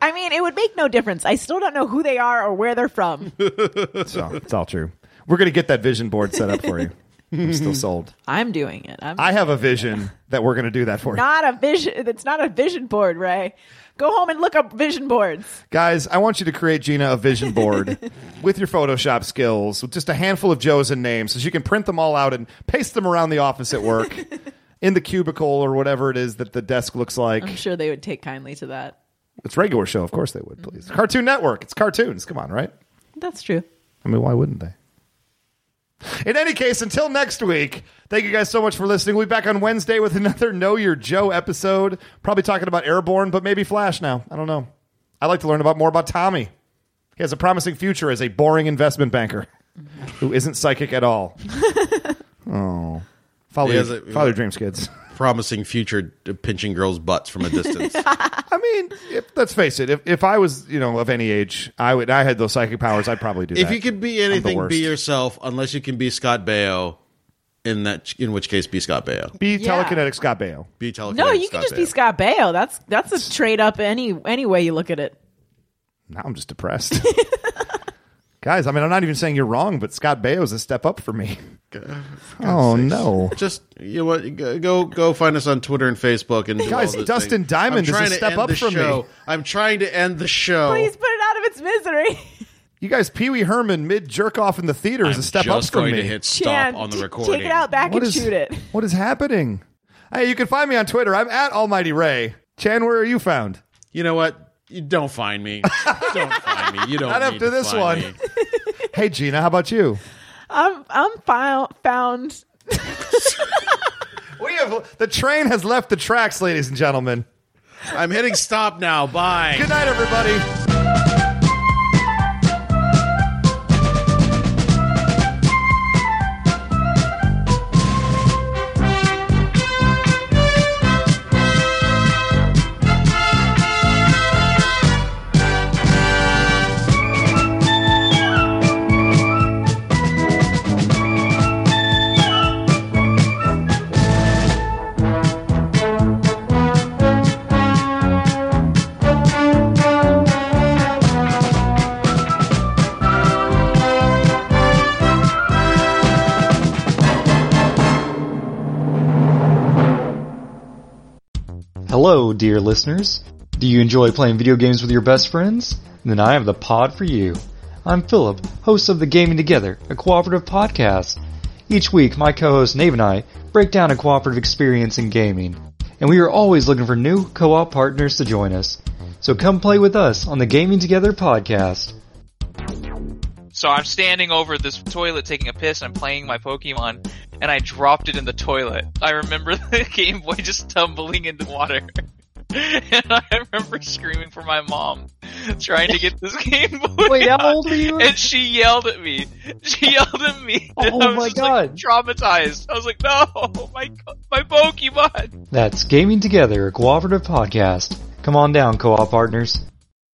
Speaker 4: I mean, it would make no difference. I still don't know who they are or where they're from.
Speaker 3: So it's all true. We're gonna get that vision board set up for you. I'm still sold.
Speaker 4: I'm doing it. I'm
Speaker 3: I have a vision that we're going to do that for you.
Speaker 4: not a vision. That's not a vision board, Ray. Go home and look up vision boards.
Speaker 3: Guys, I want you to create Gina a vision board with your Photoshop skills, with just a handful of Joes and names, so she can print them all out and paste them around the office at work, in the cubicle or whatever it is that the desk looks like.
Speaker 4: I'm sure they would take kindly to that.
Speaker 3: It's regular show, of course they would, please. Cartoon Network, it's cartoons. Come on, right?
Speaker 4: That's true.
Speaker 3: I mean, why wouldn't they? In any case, until next week, thank you guys so much for listening. We'll be back on Wednesday with another Know Your Joe episode. Probably talking about Airborne, but maybe Flash now. I don't know. I'd like to learn about more about Tommy. He has a promising future as a boring investment banker who isn't psychic at all. oh. Follow,
Speaker 5: He
Speaker 3: your,
Speaker 5: has a-
Speaker 3: follow your dreams, kids.
Speaker 5: Promising future uh, pinching girls' butts from a distance.
Speaker 3: I mean, if, let's face it. If, if I was, you know, of any age, I would. I had those psychic powers. I'd probably do
Speaker 5: if
Speaker 3: that.
Speaker 5: you could be
Speaker 3: I'm the
Speaker 5: anything, be
Speaker 3: worst.
Speaker 5: yourself. Unless you can be Scott Baio, in that in which case be Scott Baio.
Speaker 3: be
Speaker 4: Yeah.
Speaker 3: telekinetic Scott Baio.
Speaker 5: Be telekinetic
Speaker 4: No, you can just be
Speaker 5: Baio.
Speaker 4: Scott Baio. That's that's a trade up any any way you look at it.
Speaker 3: Now I'm just depressed. Guys, I mean, I'm not even saying you're wrong, but Scott Baio is a step up for me. oh, no.
Speaker 5: Just you know what? Go- Go go find us on Twitter and Facebook and do
Speaker 3: Guys,
Speaker 5: all those
Speaker 3: Dustin
Speaker 5: things.
Speaker 3: Diamond
Speaker 5: I'm
Speaker 3: is a
Speaker 5: trying to
Speaker 3: step
Speaker 5: end
Speaker 3: up
Speaker 5: the
Speaker 3: from me.
Speaker 5: show. I'm trying to end the show.
Speaker 4: Please put it out of its misery.
Speaker 3: You guys, Pee Wee Herman mid jerk off in the theater is
Speaker 5: I'm
Speaker 3: a step up
Speaker 5: just
Speaker 3: for
Speaker 5: going
Speaker 3: me.
Speaker 5: to hit stop
Speaker 4: Chan,
Speaker 5: on the
Speaker 4: t-
Speaker 5: recording.
Speaker 4: Take it out back
Speaker 3: What
Speaker 4: and
Speaker 3: is-
Speaker 4: shoot it.
Speaker 3: What is happening? Hey, you can find me on Twitter. I'm at Almighty Ray. Chan, where are you found?
Speaker 5: You know what? You don't find me. don't find me. You don't.
Speaker 3: Not
Speaker 5: need
Speaker 3: after
Speaker 5: to
Speaker 3: this
Speaker 5: find
Speaker 3: one.
Speaker 5: me.
Speaker 3: Hey, Gina, how about you?
Speaker 4: I'm I'm fi- found.
Speaker 3: We have the train has left the tracks, ladies and gentlemen.
Speaker 5: I'm hitting stop now. Bye.
Speaker 3: Good night, everybody.
Speaker 9: Hello, dear listeners. Do you enjoy playing video games with your best friends? Then I have the pod for you. I'm Philip, host of the Gaming Together, a cooperative podcast. Each week, my co-host Nave and I break down a cooperative experience in gaming, and we are always looking for new co-op partners to join us. So come play with us on the Gaming Together podcast.
Speaker 10: So I'm standing over this toilet taking a piss and I'm playing my Pokemon and I dropped it in the toilet. I remember the Game Boy just tumbling into water. And I remember screaming for my mom, trying to get this Game Boy.
Speaker 9: Wait, how
Speaker 10: out.
Speaker 9: old were you?
Speaker 10: And she yelled at me. She yelled at me. and
Speaker 9: Oh
Speaker 10: I was
Speaker 9: my
Speaker 10: just, like,
Speaker 9: God.
Speaker 10: traumatized. I was like, no, my my Pokemon.
Speaker 9: That's Gaming Together, a cooperative podcast. Come on down, co-op partners.